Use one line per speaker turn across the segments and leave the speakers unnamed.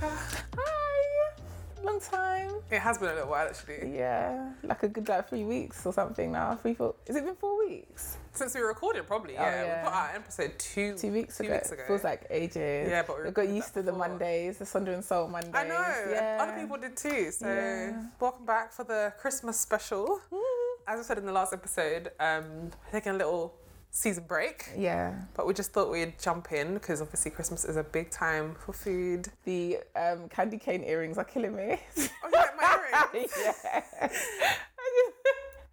Hi. Long time.
It has been a little while actually
Yeah, like a good like three weeks or something now. Three four. Is it been four weeks?
since we recorded. Probably yeah.
Oh, yeah.
We put out an episode two
Two weeks ago. Feels like ages.
Yeah, but we
I got
recorded
used
that
to the
before.
Mondays, the Sunder and Soul Mondays.
I know. and
Yeah.
Other people did too. So
Yeah.
welcome back for the Christmas special. As I said in the last episode, um, we're taking a little season break.
Yeah.
But we just thought we'd jump in because obviously Christmas is a big time for food.
The um, candy cane earrings are killing me.
Oh, you like my earring?
yeah.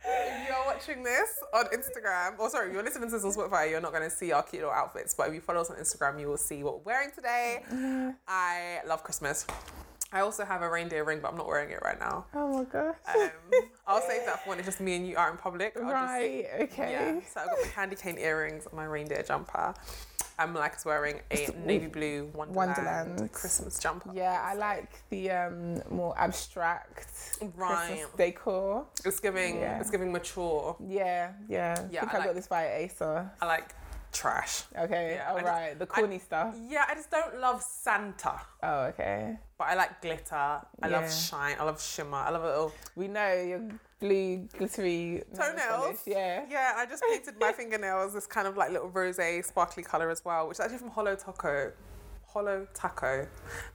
If you're watching this on Instagram, or sorry, if you're listening to this on Spotify, you're not going to see our cute little outfits. But if you follow us on Instagram, you will see what we're wearing today. I love Christmas. I also have a reindeer ring, but I'm not wearing it right now.
oh my gosh.
Um, I'll save that for when it's just me and you are in public. I'll just-
right. okay.
yeah. So I got my candy cane earrings and my reindeer jumper. And Malak is wearing a navy blue Wonderland,
Wonderland.
Christmas jumper.
Yeah, I like the um, more abstract
Right.
Christmas decor.
It's giving.
Yeah.
It's giving mature.
Yeah, yeah.
Yeah, I
I think I,
like-
got this via ASOS.
I like trash.
Okay,
Yeah, I
all
just-
right. The corny stuff.
Yeah, I just don't love Santa,
Oh, okay.
but I like glitter. I
Yeah.
love shine. I love shimmer. I love a little
We know your blue glittery nail
Hmm. toenails.
polish, Yeah.
Yeah, I just painted my fingernails this kind of like little rose sparkly colour as well, which is actually from Hollow Taco. Hollow Taco.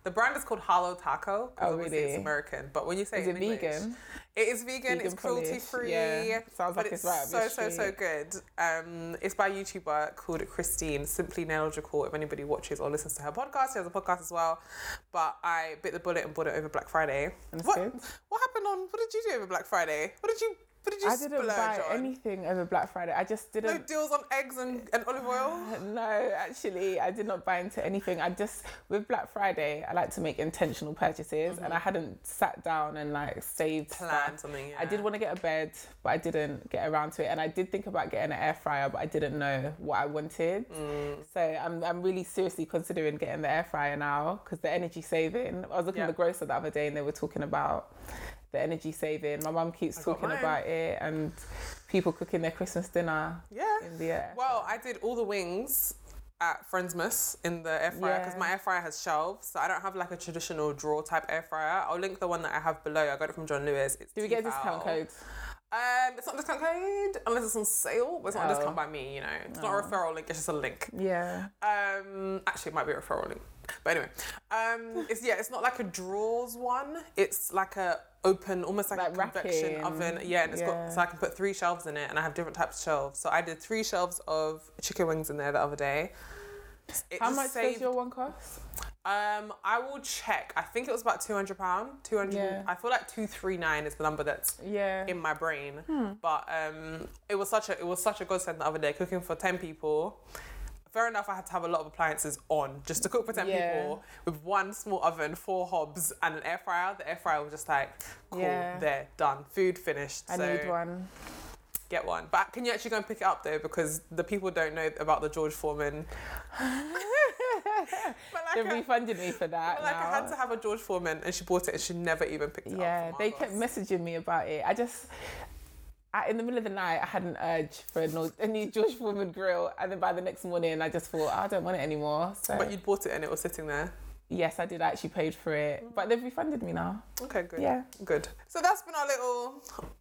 The brand is called Hollow Taco. 'cause
Oh,
obviously It's
really?
American, but when you say
Is
it
it
in English-
vegan?
It is vegan. it's
Vegan polish,
cruelty free.
yeah. Sounds
but it's
like it's right up
so
your
so so
street.
good. Um, it's by a YouTuber called Christine Simply Nailgical. If anybody watches or listens to her podcast, she has a podcast as well. But I bit the bullet and bought it over Black Friday.
And it's
What,
good.
what happened on? What did you do over Black Friday? What did you? What did you
I didn't
splurge
buy
on?
anything over Black Friday. I just
No
didn't.
deals on eggs and, and olive oil.
No, actually, I did not buy into anything. I just with Black Friday, I like to make intentional purchases,
Mm-hmm.
and I hadn't sat down and like saved stuff.
Plan something.
I
yeah.
did want to get a bed, but I didn't get around to it. And I did think about getting an air fryer, but I didn't know what I wanted.
Mm.
So I'm, I'm really seriously considering getting the air fryer now because the energy saving. I was looking
Yeah.
at the grocer the other day and they were talking about the energy saving. My mum keeps
got
talking
mine.
about it and people cooking their Christmas dinner
Yeah.
in the air.
Well, I did all the wings at Friendsmas in the air fryer because
Yeah.
my air fryer has shelves, so I don't have like a traditional drawer type air fryer. I'll link the one that I have below. I got it from John Lewis. It's
Do we get a discount code?
Um, it's not a discount code unless it's on sale, but it's not a
Oh.
discount by me. You know, it's not a referral link. It's just a link.
Yeah.
Um, actually, it might be a referral link. But anyway, um, it's yeah, it's not like a drawers one. It's like a open, almost like, a
Like
convection
racking.
oven. Yeah, and it's got
Yeah.
so I can put three shelves in it, and I have different types of shelves. So I did three shelves of chicken wings in there the other day. It
How
just
much
saved-
does your one cost?
Um, I will check. I think it was about two hundred pound. Two hundred.
Yeah.
I feel like two three nine is the number that's
Yeah.
in my brain.
Hmm.
But um, it was such a it was such a godsend the other day cooking for ten people. Fair enough, I had to have a lot of appliances on just to cook for ten
Yeah.
people with one small oven, four hobs, and an air fryer. The air fryer was just like, cool,
Yeah.
there, done, food finished.
I
so
need one.
Get one. But can you actually go and pick it up though? Because the people don't know about the George Foreman. but
They
like, I,
refunded me for that.
but like I
now.
had to have a George Foreman, and she bought it, and she never even picked it up.
Yeah,
from
they
Argos.
kept messaging me about it. I just, I, in the middle of the night, I had an urge for a, no, a new George Foreman grill, and then by the next morning, I just thought I don't want it anymore. So
But you bought it, and it was sitting there.
yes, I did. I actually paid for it, but they've refunded me now.
Okay, Mm. good.
Yeah.
Good. So that's been our little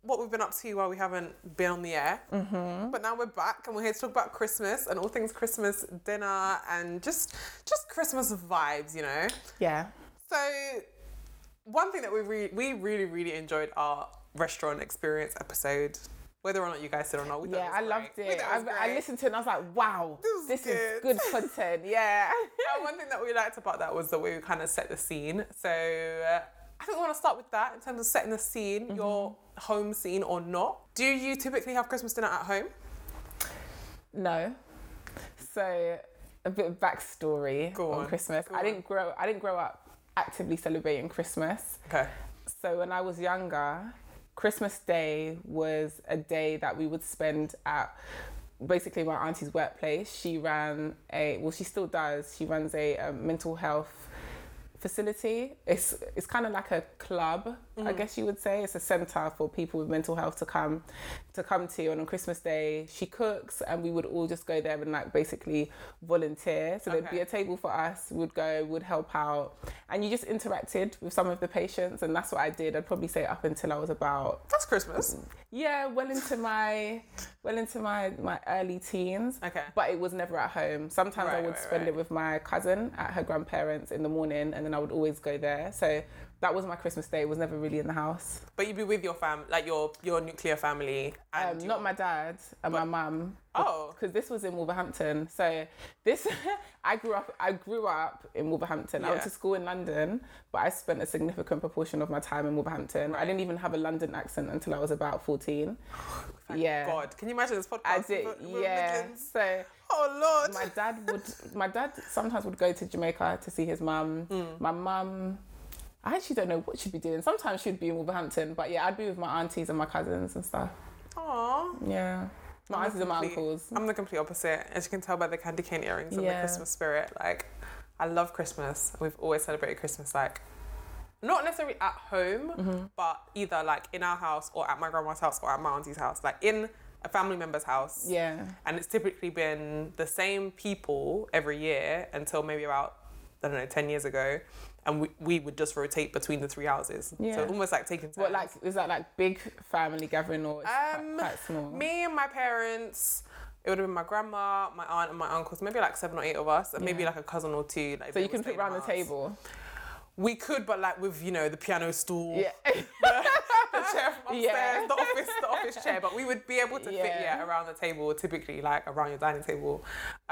what we've been up to while we haven't been on the air. Mm-hmm. But now we're back and we're here to talk about Christmas and all things Christmas dinner and just just Christmas vibes, you know.
Yeah,
So one thing that we re- we really really enjoyed our restaurant experience episode, whether or not you guys did or not. We thought
yeah, I
it was
loved
great.
it.
We thought
I,
was
I
great.
listened to it and I was like, wow,
This is
this,
good.
is good content. Yeah.
And one thing that we liked about that was the way we kind of set the scene. So uh, I think we want to start with that in terms of setting the scene,
Mm-hmm.
your home scene or not. Do you typically have Christmas dinner at home?
No. So a bit of backstory
Go
on,
on,
Christmas.
go
I
on.
didn't grow. I didn't grow up actively celebrating Christmas.
Okay.
So when I was younger, Christmas Day was a day that we would spend at basically my auntie's workplace. She ran a well, she still does. She runs a um, mental health facility. It's it's kind of like a club I guess you would say. It's a centre for people with mental health to come to come to. And on Christmas Day, she cooks, and we would all just go there and like basically volunteer. So there'd
Okay.
be a table for us. We'd go, would help out, and you just interacted with some of the patients, and that's what I did. I'd probably say up until I was about
That's Christmas.
yeah, well into my well into my my early teens.
Okay.
But it was never at home. Sometimes I
Right,
would
right,
spend
right.
it with my cousin at her grandparents in the morning, and then I would always go there. So that was my Christmas day. It was never really in the house.
But you'd be with your fam, like your your nuclear family, and
Um,
your-
not my dad and my mum.
Oh.
because this was in Wolverhampton. So this, I grew up. I grew up in Wolverhampton. I went
Yeah.
to school in London, but I spent a significant proportion of my time in Wolverhampton. I didn't even have a London accent until I was about fourteen.
Thank
yeah.
God, can you imagine this podcast?
I did,
with- with
yeah.
religions?
So
Oh Lord.
my dad would, my dad sometimes would go to Jamaica to see his mum.
Hmm.
My mum, I actually don't know what she'd be doing. Sometimes she'd be in Wolverhampton, but yeah, I'd be with my aunties and my cousins and stuff.
Aw.
Yeah, my aunties and my
complete-
uncles.
I'm the complete opposite, as you can tell by the candy cane earrings and the
Yeah.
Christmas spirit. Like, I love Christmas. We've always celebrated Christmas like. Not necessarily at home,
Mm-hmm.
but either like in our house or at my grandma's house or at my auntie's house, like in a family member's house.
Yeah,
And it's typically been the same people every year until maybe about, I don't know, 10 years ago. And we, we would just rotate between the three houses.
Yeah.
So almost like taking turns.
what like is that like big family gathering or it's quite-
Um,
quite, small?
Me and my parents. It would have been my grandma, my aunt, and my uncles. Maybe like seven or eight of us, and maybe
Yeah.
like a cousin or two. Like, if
so
they
you
were
can
staying
sit
in
round
my
the
house.
table.
We could, but like with you know the piano stool,
Yeah,
the chair from upstairs,
Yeah.
the office, the office chair. But we would be able to fit
Yeah.
yeah around the table, typically like around your dining table.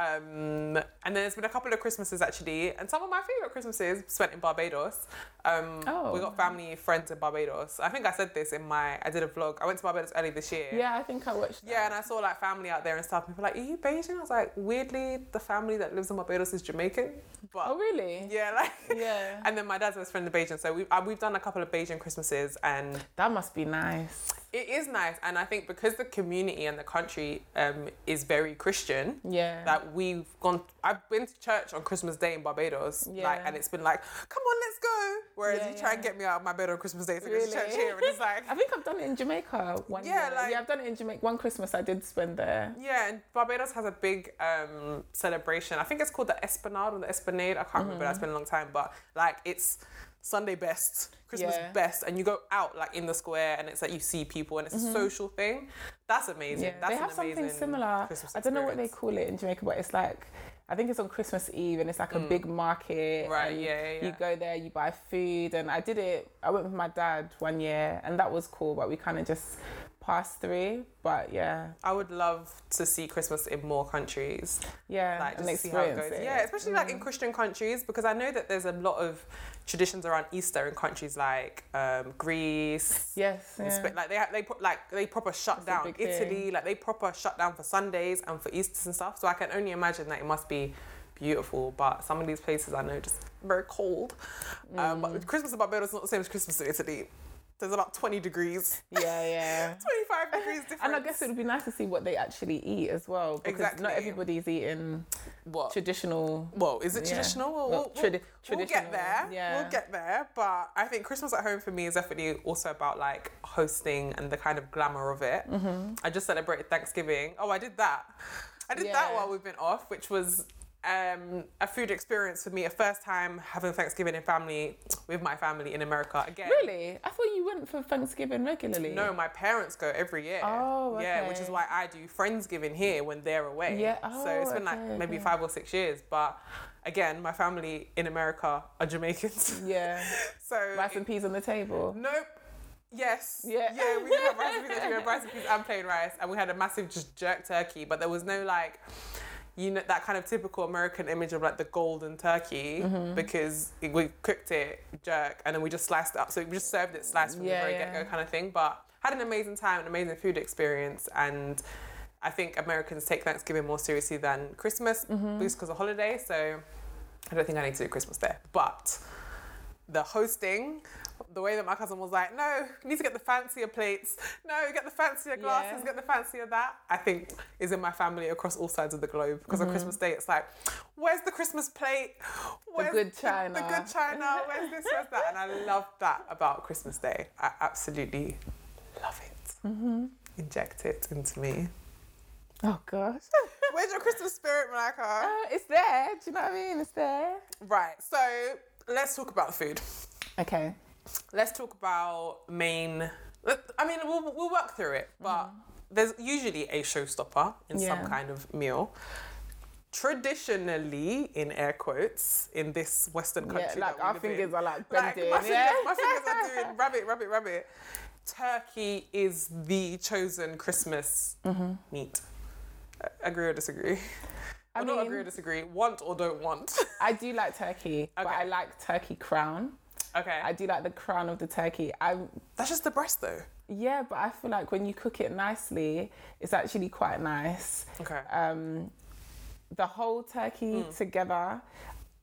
Um, and then there's been a couple of Christmases actually, and some of my favorite Christmases spent in Barbados. Um,
Oh.
we got family friends in Barbados. I think I said this in my I did a vlog. I went to Barbados early this year.
yeah. I think I watched.
Yeah, and I saw like family out there and stuff. People were like, are you Beijing? I was like, weirdly, the family that lives in Barbados is Jamaican. But
Oh really?
yeah, like.
Yeah.
And then my dad's best friend in Beijing. So we've, uh, we've done a couple of Beijing Christmases and
That must be nice.
it is nice. And I think because the community and the country um, is very Christian,
Yeah.
that we've gone, I've been to church on Christmas Day in Barbados. Like,
Yeah.
and it's been like, come on, let's go. Whereas
Yeah,
you try and
yeah.
get me out of my bed on Christmas Day to go to church
Really?
here. And it's like,
I think I've done it in Jamaica one
Yeah,
year.
like-
yeah, I've done it in Jamaica. One Christmas I did spend there.
Yeah, and Barbados has a big um, celebration. I think it's called the Esplanade or the Esplanade. I can't
Mm-hmm.
remember. That's been a long time, but like it's Sunday best, Christmas
Yeah.
best, and you go out like in the square, and it's like you see people, and it's a social thing. That's amazing.
Mm-hmm. Yeah,
That's
they
an
have something
amazing
similar.
Christmas
I don't know what they
experience.
call it in Jamaica, but it's like I think it's on Christmas Eve and it's like a big market.
Mm. Right,
and
yeah, yeah,
You
yeah.
go there, you buy food, and I did it. I went with my dad one year, and that was cool. But we kind of just passed through. But yeah,
I would love to see Christmas in more countries.
yeah,
like
and
just see how it
experience
goes.
it. Mm.
Yeah, especially like in Christian countries because I know that there's a lot of traditions around Easter in countries like um, Greece.
Yes,
in
yeah.
Spa- like they ha- they put like they proper shut
That's a
down
big
Italy. Like they proper shut down for Sundays and for Easter's and stuff. So I can only imagine that it must be beautiful. But some of these places I know just very cold. Um, but
Mm.
Christmas in Barbados is not the same as Christmas in Italy. There's about 20 degrees,
yeah, yeah.
25 degrees difference.
And I guess it would be nice to see what they actually eat as well, because
Exactly. Oh.
not everybody's eating
what?
traditional.
well, is it
Yeah.
traditional? We'll,
Well,
we'll-
tradi-
we'll get
traditional,
there.
yeah.
We'll get there. But I think Christmas at home for me is definitely also about like hosting and the kind of glamour of it.
Mm-hmm.
I just celebrated Thanksgiving. Oh, I did that. I did that
Yeah.
while we've been off, which was um, a food experience for me. A first time having Thanksgiving in family with my family in America again.
Really, I thought you went for Thanksgiving regularly.
No, my parents go every year.
Oh,
Yeah, which is
okay.
why I do Friendsgiving here when they're away.
Yeah,
so it's
oh,
been like
okay,
maybe
okay.
five or six years. But again, my family in America are Jamaicans.
Yeah,
so
rice and peas on the table.
nope. Yes.
Yeah.
Yeah, we did have rice and peas. actually, We had rice and peas and plain rice, and we had a massive just jerk turkey, but there was no like, you know, that kind of typical American image of like the golden turkey
Mm-hmm.
because it, we cooked it jerk and then we just sliced it up. So we just served it sliced from
Yeah,
the very
yeah.
get go kind of thing. But had an amazing time, an amazing food experience, and. I think Americans take Thanksgiving more seriously than Christmas
Mm-hmm.
because it's a holiday. So I don't think I need to do Christmas there. But the hosting The way that my cousin was like, no, you need to get the fancier plates. No, get the fancier glasses.
Yeah.
Get the fancier that. I think is in my family across all sides of the globe because
Mm-hmm.
on Christmas Day it's like, where's the Christmas plate? Where's
good
The,
china."
good china. Where's this? Where's that? And I love that about Christmas Day. I absolutely love it.
Mm-hmm.
Inject it into me.
Oh gosh.
Where's your Christmas spirit, Malaka?
Uh, it's there. Do you know what I mean? It's there.
Right. So let's talk about the food.
Okay.
let's talk about main. let- I mean, we'll, we'll work through it, but there's usually a showstopper in some
Mm-hmm. Yeah.
kind of meal. Traditionally, in air quotes, in this Western country,
yeah,
that
like
we
our
live in,
fingers are like
like,
bending.
my, fingers,
yeah.
my fingers are doing rabbit, rabbit, rabbit. Turkey is the chosen Christmas
Mm-hmm.
meat. A- Agree or disagree?
I
or not
mean-
agree or disagree. Want or don't want.
I do like turkey, but
Okay.
I like turkey crown.
okay.
I do like the crown of the turkey. I
That's just the breast, though.
yeah, but I feel like when you cook it nicely, it's actually quite nice.
Okay.
Um, the whole turkey
Hmm.
together,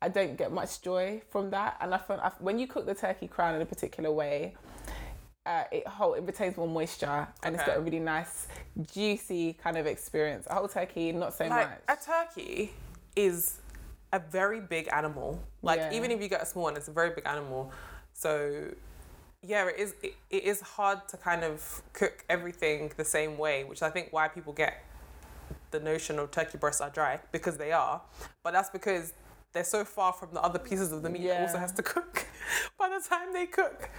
I don't get much joy from that. And I feel I, when you cook the turkey crown in a particular way, uh, it hold, it retains more moisture and it's
Okay.
got a really nice, juicy kind of experience. A whole turkey, not so
like
much.
a turkey is a very big animal like
Yeah.
even if you get a small one it's a very big animal so yeah it is it, it is hard to kind of cook everything the same way which i think why people get the notion of turkey breasts are dry because they are but that's because they're so far from the other pieces of the meat that also
Yeah.
has to cook by the time they cook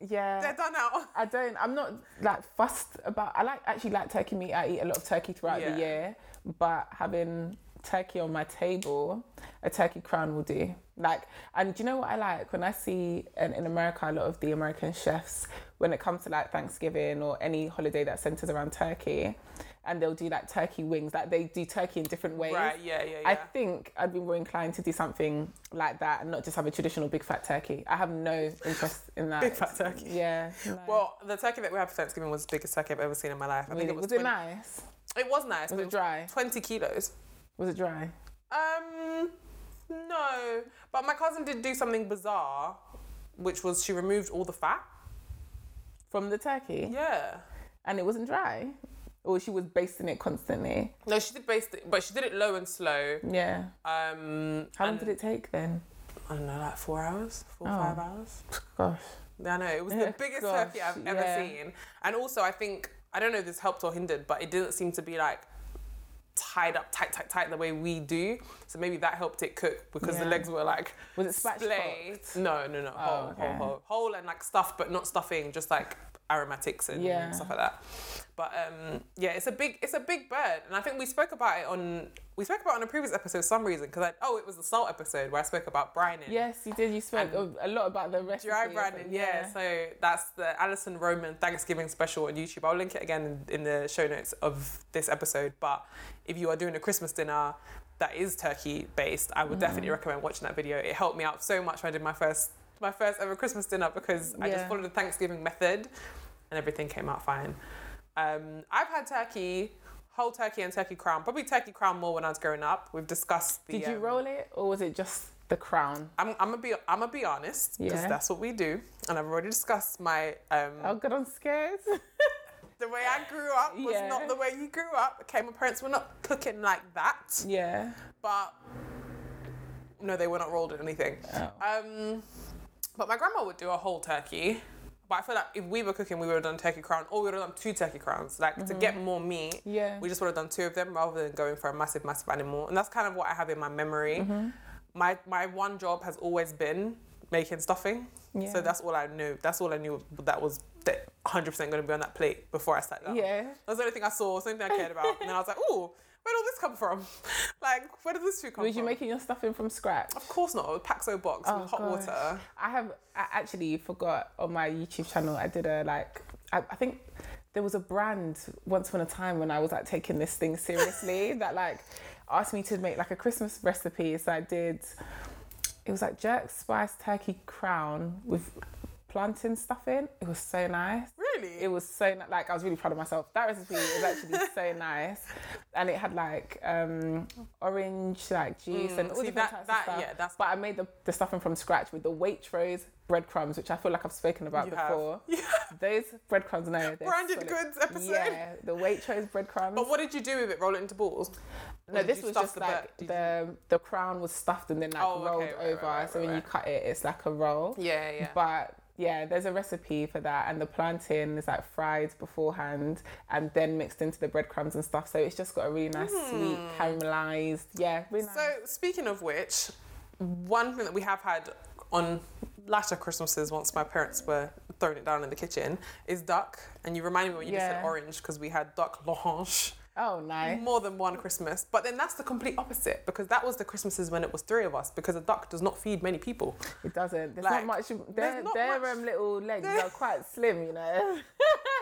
yeah.
they're done out
I don't. I'm not like fussed about. I like actually like turkey meat. I eat a lot of turkey throughout
Yeah.
the year, but having turkey on my table, a turkey crown will do. Like, and do you know what I like when I see and in America a lot of the American chefs when it comes to like Thanksgiving or any holiday that centers around turkey, and they'll do like turkey wings. Like they do turkey in different ways.
right yeah yeah yeah
I think I'd be more inclined to do something like that and not just have a traditional big fat turkey. I have no interest in that.
Big fat turkey.
Yeah. no.
well, the turkey that we had for Thanksgiving was the biggest turkey I've ever seen in my life. I think
Really?
it was,
was, it
20
nice?
It was nice.
Was
but
it dry?
20 kilos.
Was it dry?
Um, no. But my cousin did do something bizarre, which was she removed all the fat.
From the turkey?
Yeah.
And it wasn't dry? Or she was basting it constantly?
No, she did baste it, but she did it low and slow.
Yeah.
Um,
How long
and-
did it take then?
I don't know, like four hours, four or
Oh.
five hours.
Gosh.
Yeah, I know. It was the
Yeah,
biggest
gosh,
turkey I've ever
yeah.
seen. And also, I think, I don't know if this helped or hindered, but it didn't seem to be like tied up tight, tight, tight the way we do. So maybe that helped it cook because the
Yeah.
legs were like.
Was it
splayed.
spatchcocked?
No, no, no. Whole,
Oh, okay.
whole, whole. Whole and like stuffed, but not stuffing, just like aromatics and
Yeah.
stuff like that. But um, yeah, it's a big, it's a big bird, and I think we spoke about it on we spoke about it on a previous episode for some reason because I oh it was the salt episode where I spoke about brining.
Yes, you did. You spoke a a lot about the recipe.
Dry
of
branding,
it.
yeah. So that's the Alison Roman Thanksgiving special on YouTube. I'll link it again in, in the show notes of this episode. But if you are doing a Christmas dinner that is turkey based, I would definitely
Mm.
recommend watching that video. It helped me out so much when I did my first my first ever Christmas dinner because I just
Yeah.
followed the Thanksgiving method and everything came out fine. Um, I've had turkey, whole turkey and turkey crown. Probably turkey crown more when I was growing up. We've discussed the
Did you
um,
roll it or was it just the crown?
I'm, I'm gonna be I'm gonna be honest because
Yeah.
that's what we do, and I've already discussed my um,
Oh, good, I'm scared.
the way I grew up was
Yeah.
not the way you grew up. Okay, my parents were not cooking like that,
yeah.
but no, they were not rolled in anything.
Oh.
Um, but my grandma would do a whole turkey. But I feel like if we were cooking, we would have done turkey crown, or we would have done two turkey crowns, like
Mm-hmm.
to get more meat.
Yeah.
We just would have done two of them rather than going for a massive, massive animal. And that's kind of what I have in my memory.
Mm-hmm.
My my one job has always been making stuffing.
Yeah.
So that's all I knew. That's all I knew that was that 100% going to be on that plate before I sat down.
Yeah.
That's the only thing I saw, was the only thing I cared about. and then I was like, ooh, where did all this come from? like, where did this food come
Was
from?
you making your stuffing from scratch?
Of course not. A Paxo box with hot
Oh, gosh.
water.
I have I actually forgot on my YouTube channel. I did a like I, I think there was a brand once upon a time when I was like taking this thing seriously that like asked me to make like a Christmas recipe. So I did. It was like jerk spice turkey crown with plantain stuffing. It was so nice.
Really?
It was so ni- like I was really proud of myself. That recipe was actually so nice, and it had like um, orange like juice and all
Mm, see,
different
that-
types
that-
of stuff.
yeah, that's-
but I made the, the stuffing from scratch with the Waitrose breadcrumbs, which I feel like I've spoken about
You have.
before. Those breadcrumbs, no, they're
Branded
solid.
goods episode.
Yeah, the Waitrose breadcrumbs.
But what did you do with it? Roll it into balls? Or
No,
did
this
you
was
stuff
just
the
like
bur- did you-
the the crown was stuffed and then like
Oh, okay,
rolled
right, right,
over.
right,
so
right,
when you
right.
cut it, it's like a roll.
Yeah, yeah.
But yeah, there's a recipe for that, and the plantain is like fried beforehand and then mixed into the breadcrumbs and stuff. So it's just got a really nice sweet caramelized. Yeah, really nice.
Hmm. So speaking of which, one thing that we have had on latter Christmases once my parents were throwing it down in the kitchen is duck. And you reminded me when you just said
Yeah.
orange because we had duck l'orange
oh, nice.
more than one Christmas. But then that's the complete opposite because that was the Christmases when it was three of us because a duck does not feed many people.
It doesn't. There's
Like,
not much. Their,
there's not
their
much-
um, little legs are quite slim, you know.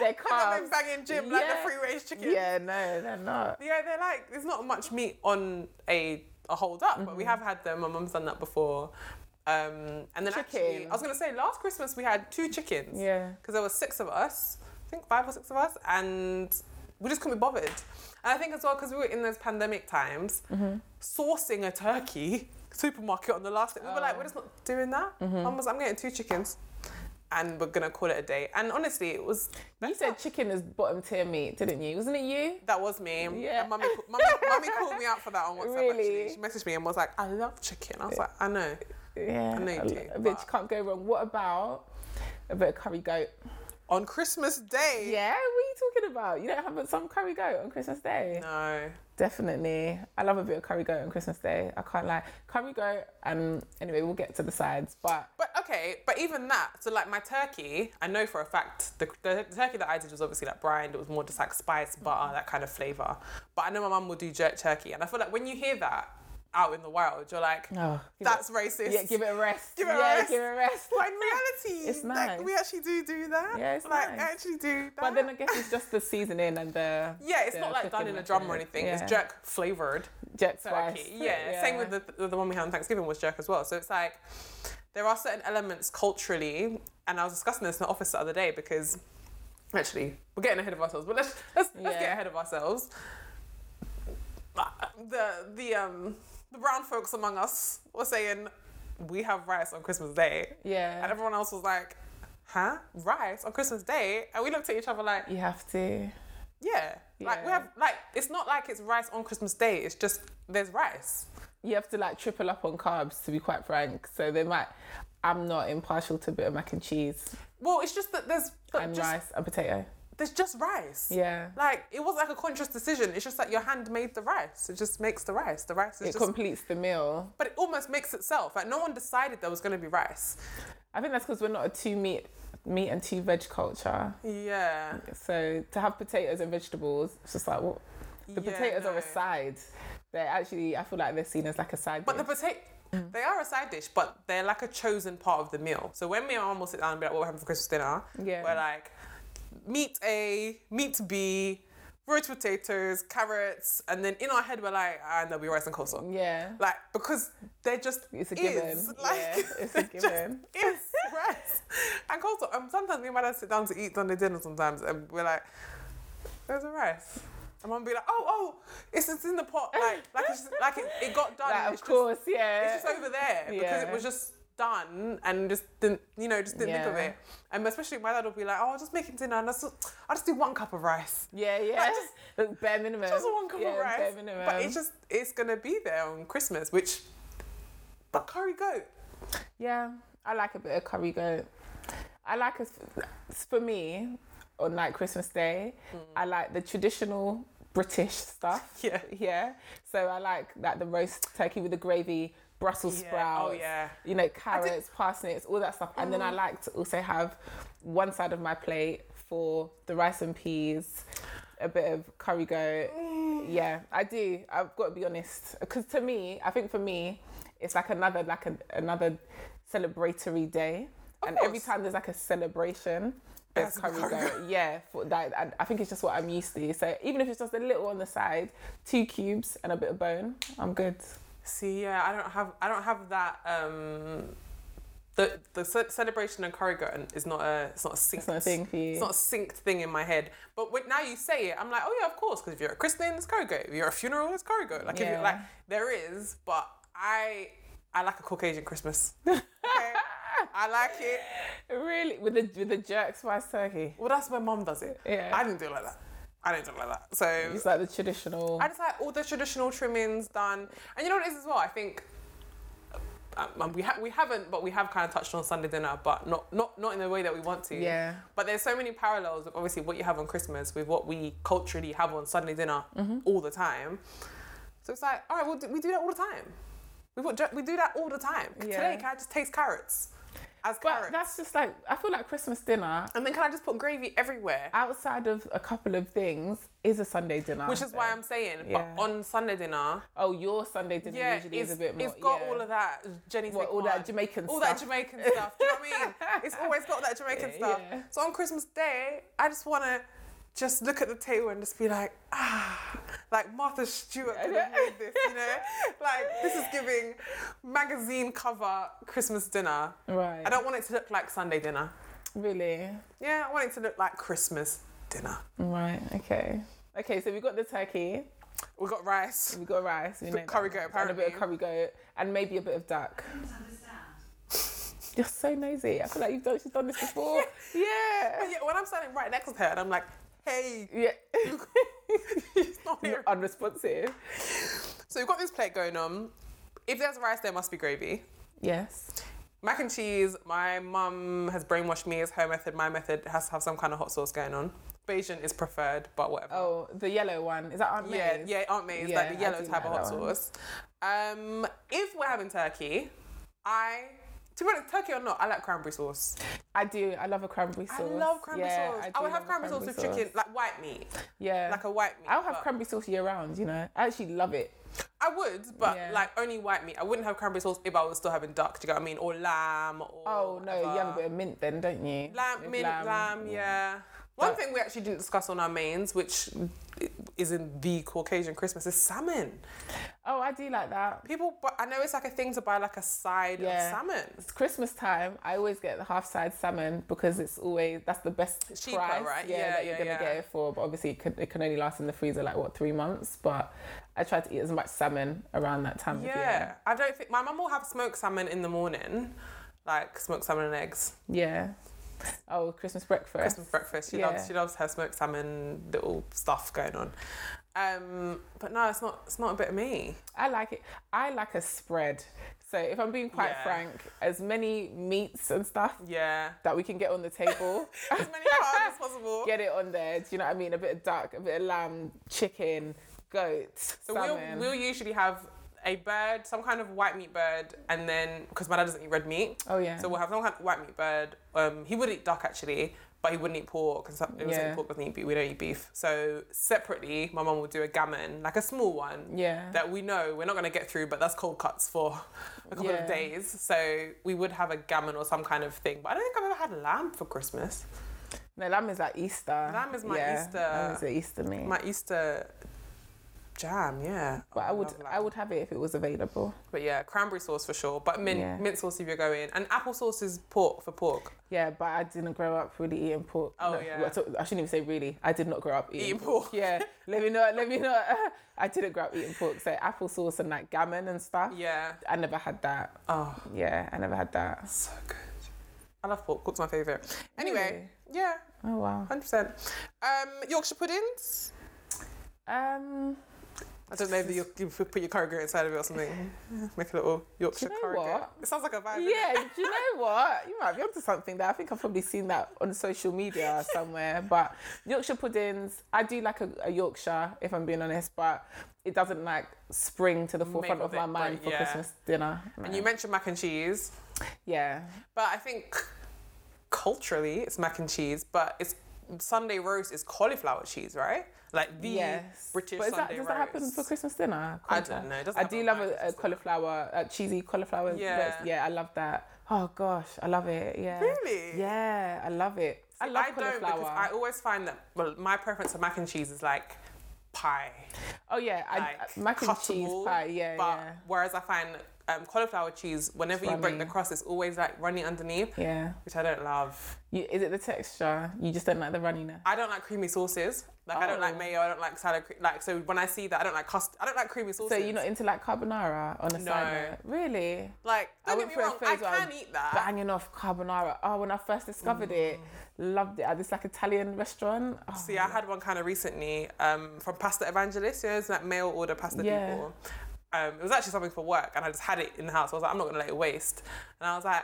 They're
I've been
calves.
banging Jim like the
Yeah.
free range chicken.
Yeah, no, they're not.
Yeah, they're like, there's not much meat on a, a whole duck, but
Mm-hmm.
we have had them. My mum's done that before. Um, and then actually,
Chicken.
I was going to say, last Christmas we had two chickens.
Yeah.
Because there were six of us, I think five or six of us, and we just couldn't be bothered. And I think as well, because we were in those pandemic times,
Mm-hmm.
sourcing a turkey supermarket on the last day, we were like,
Oh.
we're just not doing that.
Mm-hmm.
Mum was, I'm getting two chickens. And we're gonna call it a day. And honestly, it was
You said chicken is bottom tier meat, didn't you? Wasn't it you?
that was me.
Yeah.
And mummy, ca- mummy, mummy called me out for that on WhatsApp.
Really?
Actually, she messaged me and was like, "I love chicken." I was like, "I know."
Yeah,
I know you
a-
do,
a
but-
bitch can't go wrong. What about a bit of curry goat?
On Christmas Day.
Yeah, what are you talking about? You don't have some curry goat on Christmas Day?
No.
Definitely, I love a bit of curry goat on Christmas Day. I can't lie, curry goat. And anyway, we'll get to the sides, but
But okay, but even that, so like my turkey, I know for a fact the, the, the turkey that I did was obviously like brined, it was more just like spice,
Mm-hmm.
butter, that kind of flavour. But I know my mum will do jerk turkey, and I feel like when you hear that out in the wild, you're like,
oh, give
that's
it,
racist.
yeah, give it a rest.
Give it a
yeah,
rest.
give it a rest.
But in reality,
It's
like,
nice.
we actually do do that.
Yeah, it's
like,
nice.
I actually do that.
But then I guess it's just the seasoning and the
yeah, it's
the
not like done
cooking
in a drum or
method.
anything.
Yeah.
It's jerk flavoured.
jet spice.
turkey. Yeah. Same with the, the, the one we had on Thanksgiving was jerk as well. So it's like there are certain elements culturally, and I was discussing this in the office the other day because actually we're getting ahead of ourselves, but let's let's, let's get
Yeah.
ahead of ourselves. Uh, The the um the brown folks among us were saying we have rice on Christmas Day, and
yeah.
everyone else was like. Huh? Rice on Christmas Day, and we looked at each other like,
You have to.
yeah, like we
Yeah.
have, like it's not like it's rice on Christmas Day. It's just there's rice.
you have to like triple up on carbs to be quite frank. So they might. I'm not impartial to a bit of mac and cheese
Well, it's just that there's but
and
just,
rice and potato.
there's just rice.
Yeah,
Like it was like a conscious decision. It's just like your hand made the rice. It just makes the rice. The rice is
it
just
completes the meal.
but it almost makes itself. Like no one decided there was gonna be rice.
I think that's because we're not a two meat meat and two veg culture.
Yeah.
So to have potatoes and vegetables, it's just like what the
Yeah,
potatoes are
no.
a side. They're actually I feel like they're seen as like a side.
But the
dish.
potato
Mm.
they are a side dish, but they're like a chosen part of the meal. So when me and my mum will sit down and be like, what we're having for Christmas dinner,
Yeah.
we're like meat A, meat B, roast potatoes, carrots, and then in our head we're like, and there'll be rice and coleslaw.
yeah,
Like because they're just
It's a
is.
given.
Like
Yeah, it's a
they're just
given.
is rice. And also, um, sometimes me and my dad sit down to eat Sunday dinner sometimes and we're like, There's a rice. And mum be like, Oh, oh, it's it's in the pot. Like like it's like it, it got done.
like,
it's
of course, yeah.
Just, it's just over there. Because it
Yeah.
was just done and just didn't you know, just didn't think of
Yeah.
it. And especially my dad will be like, Oh, I'll just make him dinner and I'll just, I'll just do one cup of rice.
yeah, yeah. Like, bare minimum.
Just one cup
yeah,
of rice.
Bare minimum.
But it's just it's gonna be there on Christmas, which but curry goat.
Yeah, I like a bit of curry goat. I like a, for me on like Christmas Day.
Mm.
I like the traditional British stuff.
Yeah.
yeah. So I like like the roast turkey with the gravy, Brussels
Yeah.
sprouts.
Oh, yeah. Mm.
You know carrots, parsnips, all that stuff. And then I like to also have one side of my plate for the rice and peas. A bit of curry goat, yeah, I do. I've got to be honest, because to me, I think for me, it's like another like a, another celebratory day, and every
course.
time there's like a celebration, there's
That's
curry
curry
goat. Yeah, for that, and I think it's just what I'm used to. So even if it's just a little on the side, two cubes and a bit of bone, I'm good.
See, yeah, I don't have I don't have that um the the ce- celebration and choreography is not a it's not a synced
not a thing for you.
It's not a synced thing in my head. But when, now you say it, I'm like, oh yeah, of course. Because if you're at a christening, it's choreographed. If you're at a funeral, it's choreographed. Like if
Yeah.
you like, there is. But I I like a Caucasian Christmas. Okay? I like it.
Really, with the with the jerk spice turkey.
Well, that's my mum does it.
Yeah.
I didn't do it like that. I didn't do it like that. So
It's like the traditional.
I just like all the traditional trimmings done. And you know what it is as well? I think um, we, ha- we haven't, but we have kind of touched on Sunday dinner, but not, not, not in the way that we want to.
Yeah.
But there's so many parallels with obviously what you have on Christmas with what we culturally have on Sunday dinner
Mm-hmm.
all the time. So it's like, all right, well, do- we do that all the time. We, put, ju- we do that all the time.
Yeah.
Today, can I just taste carrots? As
but
carrots.
that's just like I feel like Christmas dinner
and then can I just put gravy everywhere?
outside of a couple of things is a Sunday dinner.
Which is why I'm saying,
Yeah.
but on Sunday dinner,
Oh, your Sunday dinner
yeah,
usually is a
it's-
bit more.
It's got
yeah.
all of that Jenny's
What,
Big
all that
One.
Jamaican
all that
stuff.
Jamaican stuff. Do you know what I mean? It's always got that Jamaican stuff.
Yeah.
So on Christmas Day, I just want to just look at the table and just be like, ah, like Martha Stewart could have made this, you know? Like this is giving magazine cover Christmas dinner.
Right.
I don't want it to look like Sunday dinner.
really.
Yeah, I want it to look like Christmas dinner.
Right. Okay. Okay. So we got the turkey.
We got rice.
We got rice. We know that
curry
much,
goat,
And a bit of curry
apparently.
goat, and maybe a bit of duck. You're so nosy. I feel like you've done, she's done this before. yeah.
Yeah, when I'm standing right next to her and I'm like, hey,
Yeah.
she's not here.
You're unresponsive.
So we've got this plate going on. If there's rice, there must be gravy.
Yes.
Mac and cheese, my mum has brainwashed me as her method. My method has to have some kind of hot sauce going on. Bayesian is preferred, but whatever.
Oh, the yellow one. Is that Aunt
yeah,
May's?
yeah, Aunt May's,
Yeah,
like
I
the yellow
do
type of
like
hot
that one.
sauce. Um, if we're having turkey, I, to be honest, turkey or not, I like cranberry sauce.
I do. I love a cranberry sauce.
I love cranberry
Yeah,
sauce. I,
do
would have
love a
cranberry, sauce with chicken, like white meat,
Yeah.
like a white meat.
I'll have
but-
cranberry sauce year round, you know. I actually love it.
I would, but
Yeah.
like only white meat. I wouldn't have cranberry sauce if I was still having duck. Do you know what I mean? Or lamb. Or
Oh, no, you have a
whatever.
bit of mint then, don't you?
Lamb,
With
mint, lamb, yeah. One
But-
thing we actually didn't discuss on our mains, which is in the Caucasian Christmas, is salmon.
Oh, I do like that.
People, but I know it's like a thing to buy like a side
Yeah.
of salmon.
It's Christmas time. I always get the half side salmon because it's always that's the best
cheaper,
price,
right?
Yeah,
Yeah,
that you're
yeah,
gonna
yeah.
get it for. But obviously, it can, it can only last in the freezer like what three months. But I try to eat as much salmon around that time
Yeah.
of year.
I don't think my mum will have smoked salmon in the morning, like smoked salmon and eggs.
Yeah. Oh, Christmas breakfast.
Christmas breakfast. She
Yeah.
loves she loves her smoked salmon little stuff going on. Um, but no, it's not it's not a bit of me.
I like it. I like a spread. So if I'm being quite
Yeah.
frank, as many meats and stuff
Yeah.
that we can get on the table.
As many carbs as possible.
get it on there. Do you know what I mean? A bit of duck, a bit of lamb, chicken, goat,
So
salmon.
we'll, we'll usually have a bird, some kind of white meat bird, and then because my dad doesn't eat red meat,
oh yeah.
so we'll have some kind of white meat bird. Um, he would eat duck actually, but he wouldn't eat pork because it was
Yeah.
like pork doesn't eat beef. We don't eat beef. So separately, my mum will do a gammon, like a small one.
yeah.
That we know we're not going to get through, but that's cold cuts for a couple
Yeah.
of days. So we would have a gammon or some kind of thing. But I don't think I've ever had lamb for Christmas.
no, lamb is like Easter.
Lamb is my Easter-
Lamb is the Easter meat.
My Easter jam, yeah.
but I would,
love
I
lamb.
would have it if it was available.
But yeah, cranberry sauce for sure. But mint
Yeah.
mint sauce if you're going, and apple sauce is pork for pork.
Yeah, but I didn't grow up really eating pork.
Oh,
No,
yeah.
well, I t- I shouldn't even say really. I did not grow up eating,
Eating
pork.
pork.
Yeah, let me not, let me not. I didn't grow up eating pork. So applesauce and like gammon and stuff.
Yeah.
I never had that.
Oh,
Yeah, I never had that.
so good. I love pork. Pork's my favorite. Anyway, yeah,
Oh wow.
hundred percent. Um, Yorkshire puddings.
Um,
I don't know if you, you put your curry goat inside of it or something. Make a little Yorkshire
know
curry goat.
what?
It sounds like a vibe. innit?
yeah. Do you know what? You might be onto something there. I think I've probably seen that on social media somewhere. But Yorkshire puddings, I do like a, a Yorkshire, if I'm being honest, but it doesn't like spring to the forefront
Make
of my
it,
mind
right,
for
yeah.
Christmas dinner.
And
No.
you mentioned mac and cheese,
yeah.
but I think culturally it's mac and cheese, but it's Sunday roast is cauliflower cheese, right? Like the
yes.
British
but is that,
Sunday
does
roast.
that happen for Christmas dinner?
I don't know. It doesn't
I
happen
do
on
love
my
a, a
Christmas dinner.
cauliflower, a cheesy cauliflower.
Yeah.
roast. Yeah, I love that. Oh gosh, I love it. Yeah.
Really?
Yeah, I love it. I
See,
love
don't
cauliflower.
because I always find that well, my preference for mac and cheese is like pie,
oh yeah, I,
like
mac and cheese
cuttable,
pie. Yeah,
But
yeah.
whereas I find um, cauliflower cheese, whenever you break the
runny.
crust, it's always like runny underneath,
Yeah.
which I don't love.
You, is it the texture? You just don't like the runniness.
I don't like creamy sauces. Like I don't like
Oh.
mayo. I don't like salad. Cre- like so when I see that, I don't like cust. I don't like creamy
So
sauces.
you're not into like carbonara on a
No.
side note? Really?
like
I
don't
went
get me
through a
wrong. I
phase where I
can
was
eat that.
Banging off carbonara. Oh, when I first discovered it, loved it at this like Italian restaurant. Oh,
See, I had one kind of recently um, from Pasta Evangelist. You know, it's like mail order pasta
Yeah.
people. Um, it was actually something for work, and I just had it in the house. I was like, I'm not gonna let it waste. And I was like,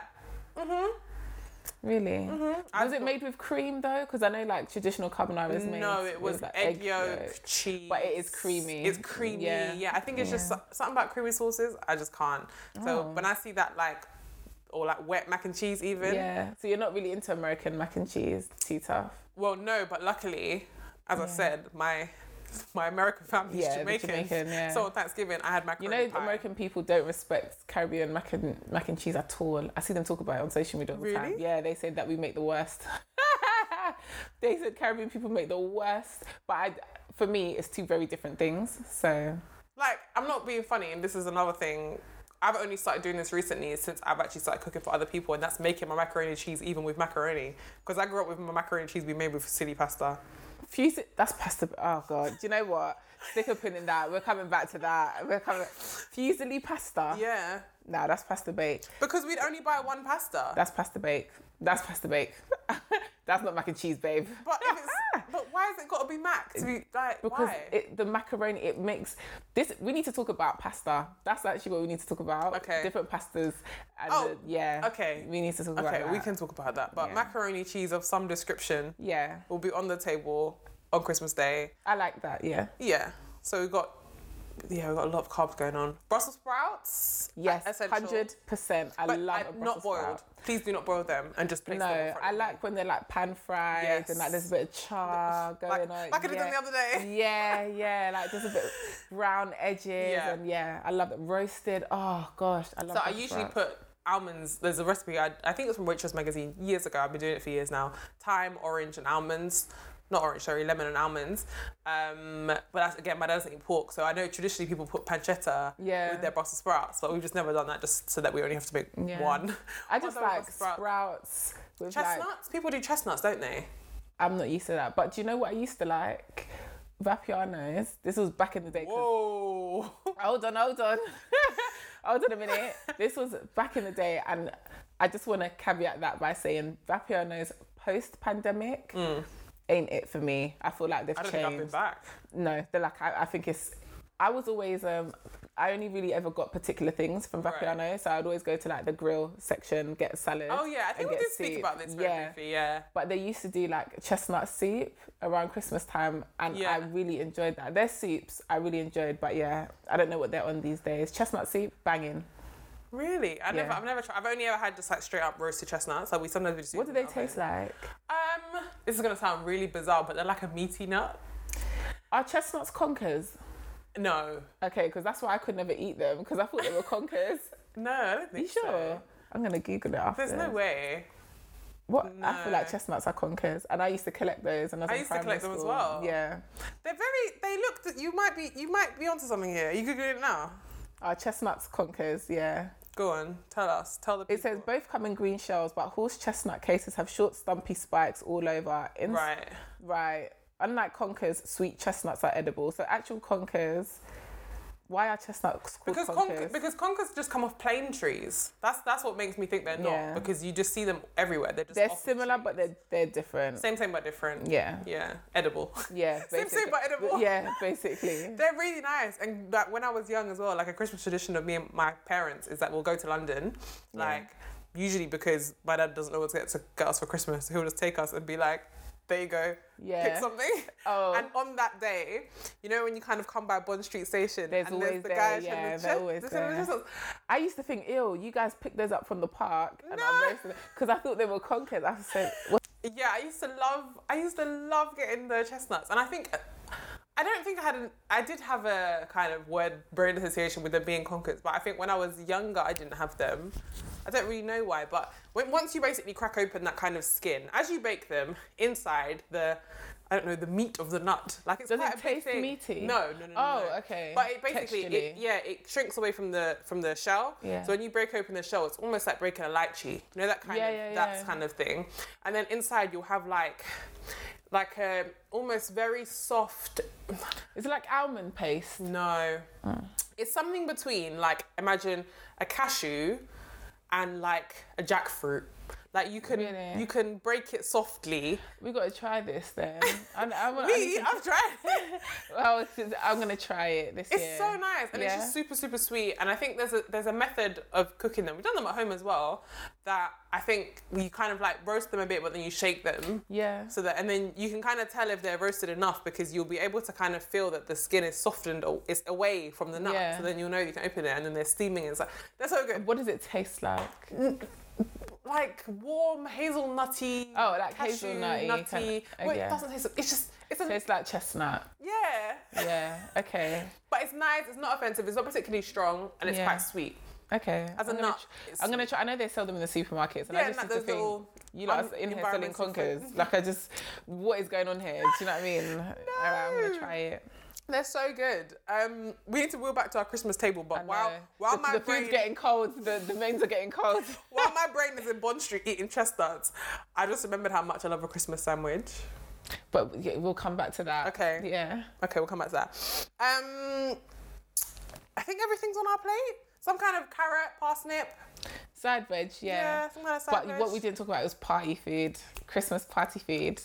"Mm-hmm,
really?
Mm. I
Was it made with cream though? Because I know like traditional carbonara is made.
no, it was
with, like,
egg, yolk, cheese.
But it is creamy.
It's creamy.
Yeah.
Yeah, I think it's just so- something about creamy sauces. I just can't. So
Oh.
when I see that, like, or like wet mac and cheese, even.
Yeah. So you're not really into American mac and cheese. Too tough.
Well, no, but luckily, as I
Yeah.
said, my my American family
Yeah,
is
the
Jamaican.
Jamaican, yeah.
So on Thanksgiving, I had
You
macaroni
know,
pie.
American people don't respect Caribbean mac and mac and cheese at all. I see them talk about it on social media all the time.
Really?
Yeah, they said that we make the worst. they said Caribbean people make the worst, but I, for me, it's two very different things. So
like I'm not being funny, and this is another thing. I've only started doing this recently since I've actually started cooking for other people, and that's making my macaroni and cheese even with macaroni. Because I grew up with my macaroni and cheese being made with silly pasta.
fuse it. That's pasta. Oh god. Do you know what? Stick a pin in that. We're coming back to that. We're coming. Fusilli pasta.
Yeah,
Nah, that's pasta bake.
because we'd only buy one pasta.
That's pasta bake. That's pasta bake. that's not mac and cheese, babe.
but if it's, but why has it got to be mac? To be like
because
why?
it, the macaroni it makes this we need to talk about pasta that's actually what we need to talk about
Okay.
different pastas and
Oh,
the- yeah
okay.
we need to talk about
okay,
that.
we can talk about that. But
Yeah.
macaroni cheese of some description
yeah
will be on the table on Christmas Day.
i like that yeah
Yeah. So we got yeah, we got a lot of carbs going on. Brussels sprouts.
yes
essential.
100% i
But
love
I-
a Brussels
not boiled.
sprout.
Please do not boil them and just place them. in
no
front
i
of
like when they're like pan fried
Yes.
and like there's a bit of char
me.
going
like,
on
like I did
yeah.
them the other day.
yeah, yeah, like just a bit of brown edges
Yeah.
and yeah, I love it. Roasted. Oh gosh, I love
So I
Brussels
usually
sprouts.
put almonds. There's a recipe. I, I think it's from Waitrose magazine years ago. I've been doing it for years now. Thyme, orange, and almonds. Not orange, sorry, lemon and almonds. Um, but that's, again, my dad doesn't eat pork, so I know traditionally people put pancetta
Yeah.
with their Brussels sprouts, but we've just never done that, just so that we only have to make
Yeah.
one.
I just
One
like
Brussels sprout.
sprouts with like
chestnuts. people do chestnuts, don't they?
I'm not used to that. But do you know what I used to like? Vapianos. This was back in the day. 'cause-
Whoa!
Hold on, hold on. hold on a minute. This was back in the day. And I just want to caveat that by saying Vapianos post pandemic ain't it for me. I feel like they've
Hmm. I don't think I've been
changed.
back.
No, they're like, I, I think it's. I was always um I only really ever got particular things from
Right.
Vapiano, so I'd always go to like the grill section, get salad.
Oh yeah, I
and
think we
get
did speak
soup.
about this very
Yeah,
briefly. Yeah.
but they used to do like chestnut soup around Christmas time, and
Yeah.
I really enjoyed that. Their soups I really enjoyed, but yeah, I don't know what they're on these days. Chestnut soup, banging.
Really? I never.
Yeah.
I've never tried. I've only ever had just like straight up roasted chestnuts. Like we sometimes we just.
What do they taste like?
Um, this is gonna sound really bizarre, but they're like a meaty nut.
Are chestnuts conkers?
No,
Okay, because that's why I could never eat them because I thought they were conkers.
no, I don't
Are
think
you sure?
so.
I'm gonna Google it after.
There's no way.
What I feel like
No.
chestnuts are conkers, and I used to collect those. And I, was
I
in
used to
primary
collect them as
school.
well.
Yeah,
They're very. They look. You might be. You might be onto something here. You could do it now.
are chestnuts conkers? Yeah.
Go on. Tell us. Tell the. People.
It says both come in green shells, but horse chestnut cases have short, stumpy spikes all over. In-
Right.
right. Unlike conkers, sweet chestnuts are edible. So actual conkers. Why are chestnuts called
Because
conkers?
conker, because conkers just come off plain trees. That's that's what makes me think they're not.
Yeah.
Because you just see them everywhere. They're just.
they're
off of
similar,
trees.
but they're they're different.
same, same, but different.
Yeah.
Yeah. Edible.
Yeah.
Same, same,
basically.
but edible.
Yeah, basically.
They're really nice, and like when I was young as well, like a Christmas tradition of me and my parents is that we'll go to London, like usually because my dad doesn't know what to get to get us for Christmas, he'll just take us and be like, "There you go, pick
Yeah.
something."
Oh.
And on that day, you know when you kind of come by Bond Street Station,
There's
and
always
there's the
there,
guys
yeah,
from the
they're
chest-
always
the children's
there.
chestnuts.
I used to think, ew, you guys picked those up from the park and I
No.
roasted them because I thought they were conkers. I was so what
Yeah, I used to love. I used to love getting the chestnuts, and I think. I don't think I had. An, I did have a kind of word brain association with them being conkers, but I think when I was younger, I didn't have them. I don't really know why, but when, once you basically crack open that kind of skin, as you bake them inside the, I don't know, the meat of the nut, like it's
Does
quite
it
a big
taste
thing.
meaty?
No, no, no, no.
Oh,
no.
okay.
But it basically,
Texturally.
it, yeah, it shrinks away from the from the shell.
Yeah.
So when you break open the shell, it's almost like breaking a lychee. You know that kind
Yeah,
of
yeah,
that
yeah.
kind of thing. And then inside you'll have like, like a almost very soft.
Is it like almond paste?
No.
Mm.
It's something between like imagine a cashew and like a jackfruit. Like you can
Really?
you can break it softly.
We got to try this then. I'm, I'm, I'm,
Me, I've tried. it.
well, Oh, I'm gonna try it this
It's
year.
so nice, and it's
Yeah.
just super, super sweet. And I think there's a there's a method of cooking them. We've done them at home as well. That I think you kind of like roast them a bit, but then you shake them
Yeah.
so that, and then you can kind of tell if they're roasted enough because you'll be able to kind of feel that the skin is softened or it's away from the nut.
Yeah.
So then you'll know you can open it, and then they're steaming inside. They're so good,
What does it taste like?
like warm hazelnutty.
Oh, like
cashew
hazelnutty
nutty.
kind of-
Well, it
yeah.
doesn't taste. It's just it's a
Tastes like chestnut.
yeah.
Yeah. Okay.
But it's nice. It's not offensive. It's not particularly strong, and it's
Yeah.
quite sweet.
Okay.
As a
I'm gonna
nut,
tr-
it's
I'm gonna try. I know they sell them in the supermarkets, and I
Yeah,
just
and
did
like those
the thing.
little
you lot
un-
are in here selling
environmental
conkers. Like I just, what is going on here? Do you know what I mean? All right, I'm
No.
gonna try it.
They're so good. Um, we need to wheel back to our Christmas table,
I
but while
know.
while
the,
my
the food's
brain
getting cold, the the mains are getting cold.
while my brain is in Bond Street eating chestnuts, I just remembered how much I love a Christmas sandwich.
But yeah, we'll come back to that.
Okay.
Yeah.
Okay, we'll come back to that. Um, I think everything's on our plate. Some kind of carrot, parsnip.
Side veg.
Yeah,
Yeah.
some kind of side
but what
dish.
we didn't talk about was party food, Christmas party food.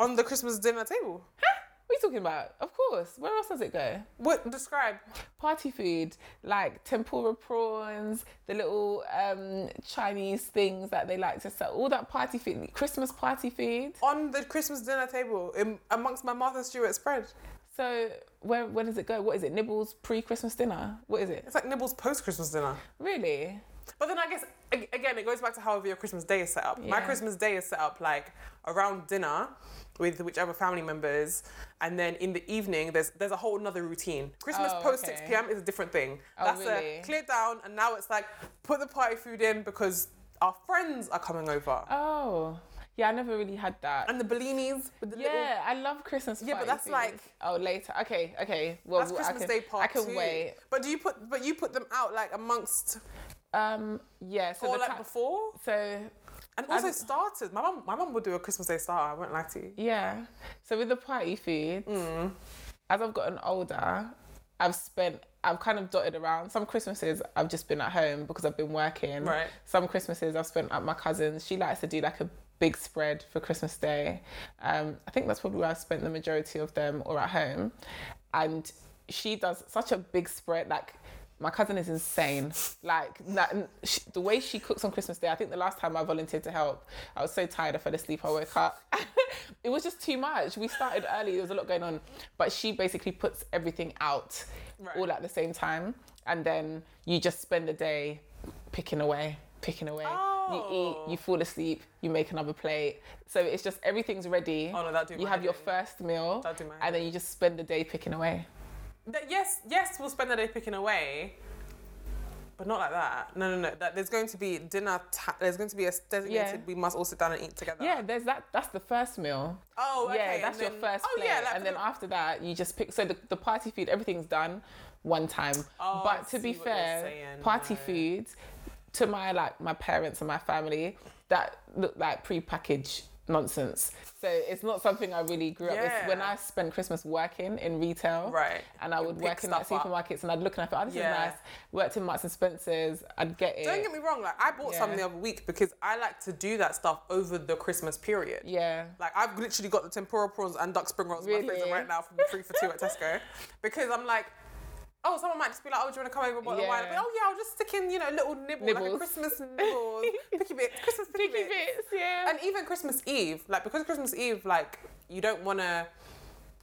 on the Christmas dinner table.
What are you talking about? Of course. Where else does it go?
What describe?
Party food, like tempura prawns, the little um, Chinese things that they like to sell, all that party food, Christmas party food.
on the Christmas dinner table in, amongst my Martha Stewart spread.
So where where does it go? What is it? Nibbles pre-Christmas dinner? What is it?
It's like Nibbles post Christmas dinner.
Really?
But then I guess ag- again it goes back to however your Christmas day is set up. My
Yeah.
Christmas day is set up like around dinner with whichever family members, and then in the evening there's there's a whole another routine. Christmas
Oh,
post
okay.
six pm is a different thing.
Oh,
That's
really?
a clear down, and now it's like put the party food in because our friends are coming over.
Oh, yeah. I never really had that.
and the Bellinis with the little
yeah, I love Christmas.
Yeah, but
party
that's
food.
like-
oh later. Okay, okay. Well,
that's
I
Christmas
can,
Day part
I can
two.
wait.
But do you put but you put them out like amongst
Um, yeah. So
or
the
like
ti-
before?
so
And also
don't-
starters. My mum, my mum would do a Christmas Day starter. I won't lie to you.
Yeah. So with the party food, as I've gotten older, I've spent I've kind of dotted around. Some Christmases I've just been at home because I've been working.
Right.
Some Christmases I've spent at my cousin's. She likes to do like a big spread for Christmas Day. Um, I think that's probably where I've spent the majority of them or at home. And she does such a big spread, like my cousin is insane. Like that, she, the way she cooks on Christmas Day. I think the last time I volunteered to help, I was so tired I fell asleep. I woke up. it was just too much. We started early. There was a lot going on, but she basically puts everything out
Right.
all at the same time, and then you just spend the day picking away, picking away.
Oh.
You eat, you fall asleep, you make another plate. So it's just everything's ready.
Oh, no, that'd do
You
my
have
head
your
in.
first meal,
That'd do my head
and then you just spend the day picking away.
That- yes, yes, we'll spend the day picking away, but not like that. No, no, no. That there's going to be dinner. Ta- there's going to be a designated.
Yeah.
We must all sit down and eat together.
Yeah, there's that. That's the first meal.
Oh, okay.
yeah,
and
that's your
then-
first
oh,
plate,
yeah, like
and then
the-
after that, you just pick. So the, the party food, everything's done one time.
Oh, I
but to be
see what you're
fair,
saying,
party
no.
food to my like my parents and my family that looked like pre-packaged nonsense. So it's not something I really grew up with. When
Yeah.
I spent Christmas working in retail,
Right.
and I
You
would
pick
work in like
stuff up.
supermarkets, and I'd look and I thought, oh, this
Yeah.
is nice. Worked in Marks and Spencers, I'd get it.
Don't get me wrong. Like I bought some
Yeah.
the other week because I like to do that stuff over the Christmas period.
yeah.
Like I've literally got the tempura prawns and duck spring rolls in my
Really?
freezer right now from the three for two at Tesco, because I'm like, oh, someone might just be like, oh, do you want to come over and bottle of wine? I'll be,
Yeah.
oh yeah, I'll just stick in, you know, a little nibble, like a
Nibbles.
Christmas nibble, picky bit, Christmas picky, bit.
Sticky bits, yeah.
And even Christmas Eve, like because Christmas Eve, like you don't want to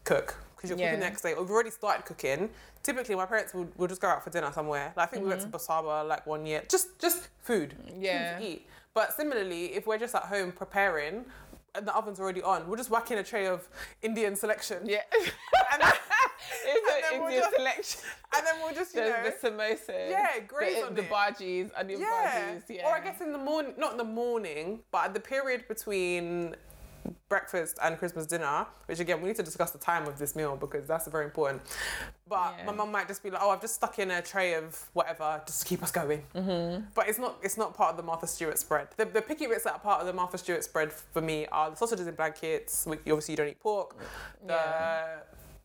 cook because you're
Yeah.
cooking the next day. Or you've already started cooking. Typically, my parents would will just go out for dinner somewhere. Like I think we went to Basaba like one year. Just just food. food
Mm-hmm. Yeah.
to eat. But similarly, if we're just at home preparing. And the oven's already on. We'll just whack in a tray of Indian selection.
yeah.
And then, And
It's
then
an
we'll
Indian
just-
selection.
And then we'll just, you know.
There's the samosas.
Yeah, graze
the,
on
the
it.
bhajis, onion
yeah.
bhajis. Yeah.
Or I guess in the morning, not in the morning, but at the period between breakfast and Christmas dinner, which again, we need to discuss the time of this meal because that's very important. But
Yeah.
my mum might just be like, oh, I've just stuck in a tray of whatever just to keep us going.
Mm-hmm.
But it's not it's not part of the Martha Stewart spread. The, the picky bits that are part of the Martha Stewart spread for me are the sausages in blankets, which obviously you don't eat pork. The,
Yeah.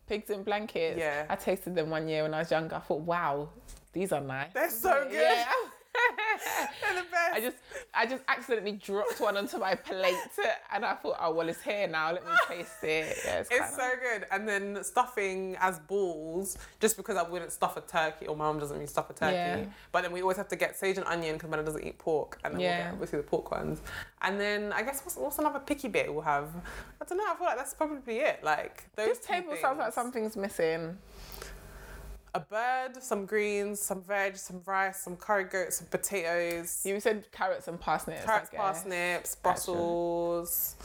pigs in blankets.
Yeah.
I tasted them one year when I was younger. I thought, wow, these are nice.
They're so good.
Yeah.
They're the best.
I just, I just accidentally dropped one onto my plate, and I thought, oh well, it's here now. Let me taste it. Yeah, it's,
It's
quite
so
nice.
good. And then stuffing as balls, just because I wouldn't stuff a turkey, or my mum doesn't really stuff a turkey.
Yeah.
But then we always have to get sage and onion because Mama doesn't eat pork. And then we'll
Yeah.
get obviously the pork ones. And then I guess what's, what's another picky bit we'll have? I don't know. I feel like that's probably it. Like those
This
two
table sounds like
things.
something's missing.
A bird, some greens, some veg, some rice, some curry goat, some potatoes.
You said carrots and parsnips. I
Carrots,
guess.
parsnips,
That's true.
Brussels.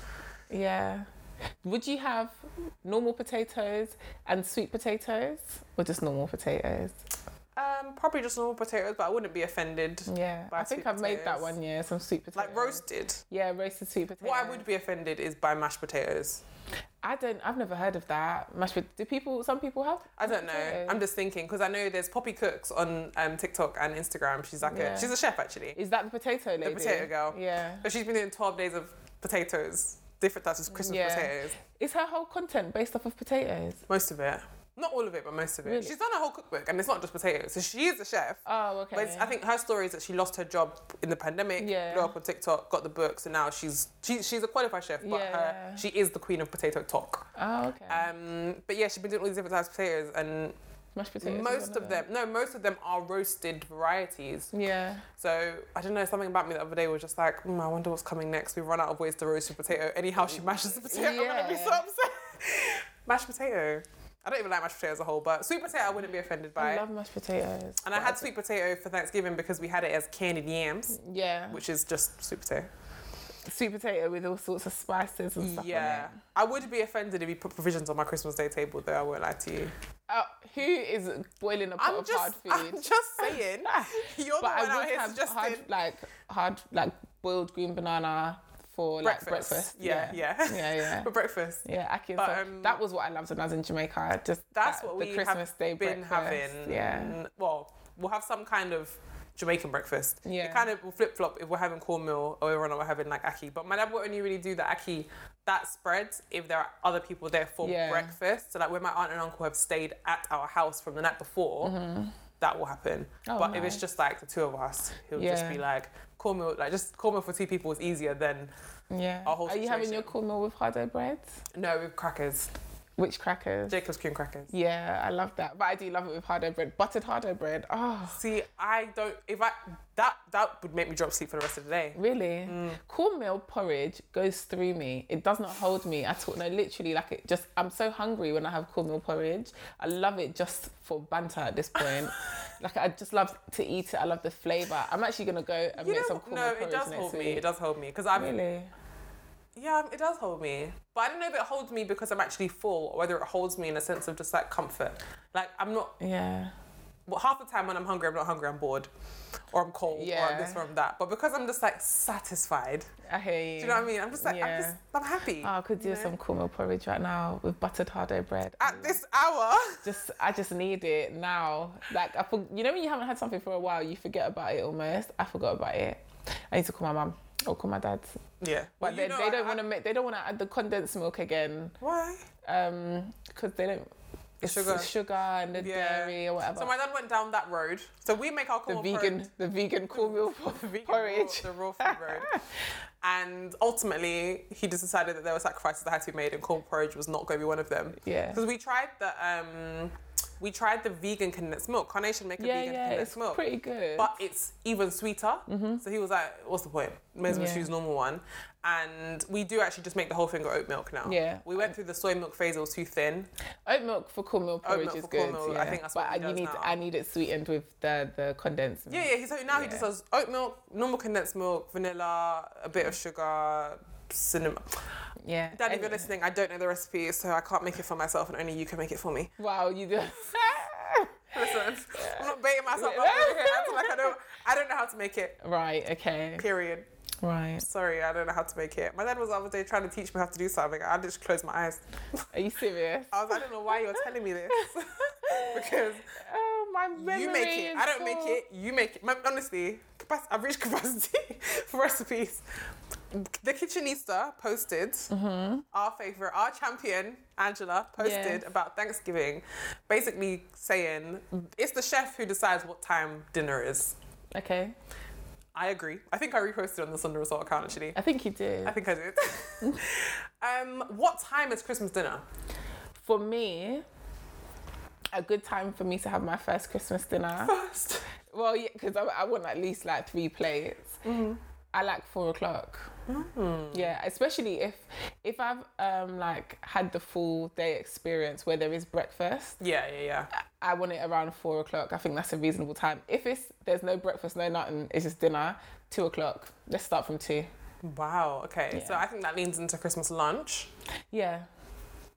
Yeah. Would you have normal potatoes and sweet potatoes, or just normal potatoes?
Um, probably just normal potatoes, but I wouldn't be offended.
Yeah,
By
I think
sweet
I've made that
potatoes.
one year. Some sweet potatoes,
Like roasted.
Yeah, roasted sweet potatoes.
What I would be offended is by mashed potatoes.
I don't. I've never heard of that. Mashed pot- do people? Some people have.
I don't know.
potatoes.
I'm just thinking because I know there's Poppy Cooks on um, TikTok and Instagram. She's like
Yeah.
a she's a chef actually,
Is that the potato lady?
potato girl.
Yeah.
but she's been doing 12 days of potatoes, different types of Christmas
Yeah.
potatoes.
Is her whole content based off of potatoes?
Most of it, not all of it, but most of it.
Really?
She's done a whole cookbook, and it's not just potatoes. So she is a chef.
Oh, okay.
But it's- I think her story is that she lost her job in the pandemic,
Yeah.
blew up on TikTok, got the books, and now she's she, she's a qualified chef. But
Yeah.
her, she is the queen of potato talk.
oh, okay.
Um, but yeah, she's been doing all these different types of potatoes, and
Mashed potatoes. is
most
one
of them, no, most of them are roasted varieties.
Yeah.
So I don't know, something about me the other day was just like, mm, I wonder what's coming next. We've run out of ways to roast a potato. Anyhow, she mashes the potato. I'm gonna be so
Yeah.
upset. mashed potato. I don't even like mashed potato as a whole, but sweet potato I wouldn't be offended by.
I love mashed potatoes.
and I
But
had sweet potato for Thanksgiving because we had it as candied yams,
Yeah.
which is just sweet potato.
Sweet potato with all sorts of spices and stuff
yeah.
on it.
I would be offended if you put provisions on my Christmas Day table, though, I won't lie to you.
Oh, who is boiling a pot
I'm
of
just,
hard food?
I'm just saying. You're the
but I
one out
would
here
have
suggesting.
hard, like hard, like boiled green banana for like breakfast.
Yeah, yeah.
Yeah, yeah.
For breakfast.
Yeah, I can.
But,
so
um,
that was what I loved when I was in Jamaica. Just
That's
that-
what
the
we
Christmas
have
Day
been
breakfast.
having.
Yeah,
Well, we'll have some kind of Jamaican breakfast.
Yeah.
It kind of will flip flop if we're having cornmeal or we're not we're having like ackee. But my dad will only really do the ackee that spreads if there are other people there for
Yeah.
breakfast. So like when my aunt and uncle have stayed at our house from the night before, that will happen.
Mm-hmm. Oh,
but if it's
nice.
just like the two of us, he'll just
Yeah.
be like cornmeal. Like just cornmeal for two people is easier than
yeah.
Our whole
Are you having
situation.
your cornmeal with hardo bread?
no with crackers.
Which crackers?
Jacob's cream crackers.
yeah, I love that. But I do love it with hardo bread, buttered hardo bread. Oh,
See, I don't. If I that that would make me drop sleep for the rest of the day.
really?
Mm.
Cornmeal porridge goes through me. It does not hold me at all. No, literally, like it just. I'm so hungry when I have cornmeal porridge. I love it just for banter at this point. like I just love to eat it. I love the flavor. I'm actually gonna go and
You
make
know,
some
what?
cornmeal
no,
porridge
it does
next
hold
week.
me. It does hold me because I'm
Really?
yeah, it does hold me. But I don't know if it holds me because I'm actually full, or whether it holds me in a sense of just like comfort. Like I'm not.
Yeah.
Well, half the time when I'm hungry, I'm not hungry. I'm bored, or I'm cold, or
Yeah.
I'm this or I'm that. But because I'm just like satisfied,
I hear you.
do you know what I mean? I'm just like I'm just I'm happy.
Oh, I could do some cornmeal porridge right now with buttered hardo bread.
At this hour,
just I just need it now. Like I, for, you know, when you haven't had something for a while, you forget about it almost. I forgot about it. I need to call my mum or call my dad.
yeah.
But
you
then
know
they
I-
don't
I-
want to make. They don't want to add the condensed milk again.
Why?
Um, because they don't. It's
Sugar.
sugar, sugar, and the
Yeah.
dairy or whatever.
So my dad went down that road. So we make our
the
cornmeal
vegan,
porridge-
the vegan cornmeal
vegan
porridge.
raw- the raw food road. and ultimately, he just decided that there were sacrifices that had to be made, and corn porridge was not going to be one of them.
Yeah.
Because we tried the um, we tried the vegan condensed milk. Carnation make a
Yeah,
vegan
yeah,
condensed
it's
milk.
pretty good. Mm-hmm.
But it's even sweeter. So he was like, "What's the point? May as well
Yeah.
choose normal one." And we do actually just make the whole thing of oat milk now.
Yeah.
We went through the soy milk phase; it was too thin.
Oat milk for cornmeal porridge
milk
is
for
good.
cornmeal,
yeah.
I think that's
but
what he
I- you
does
need
now.
I need it sweetened with the the condensed milk.
Yeah, yeah. So now he
Yeah.
just does oat milk, normal condensed milk, vanilla, a bit of sugar, cinema.
Yeah.
Dad, if
Anyway.
you're listening, I don't know the recipe, so I can't make it for myself, and only you can make it for me.
Wow, you do.
Listen, I'm not baiting myself up. Okay, I feel like I don't, I don't know how to make it.
right. Okay.
Period.
Right.
Sorry, I don't know how to make it. My dad was the other day trying to teach me how to do something. I just closed my eyes.
Are you serious?
I was, I don't know why you're telling me this because
Oh, my memory.
you make it.
is
I don't make
so-
it. You make it. My, honestly, capac- I've reached capacity for recipes. The Kitchenista posted our favorite, our champion Angela posted
Mm-hmm. Yes.
about Thanksgiving, basically saying it's the chef who decides what time dinner is.
Okay.
I agree. I think I reposted on this on the result account actually.
I think you did.
I think I did. um, what time is Christmas dinner?
For me, a good time for me to have my first Christmas dinner.
First.
Well, yeah, because I, I want at least like three plates. I like four o'clock.
Mm.
Yeah, especially if if I've um like had the full day experience where there is breakfast.
Yeah, yeah, yeah.
I want it around four o'clock. I think that's a reasonable time. If it's there's no breakfast, no nothing, it's just dinner. Two o'clock. Let's start from two.
Wow. Okay. So
Yeah.
I think that leans into Christmas lunch.
Yeah,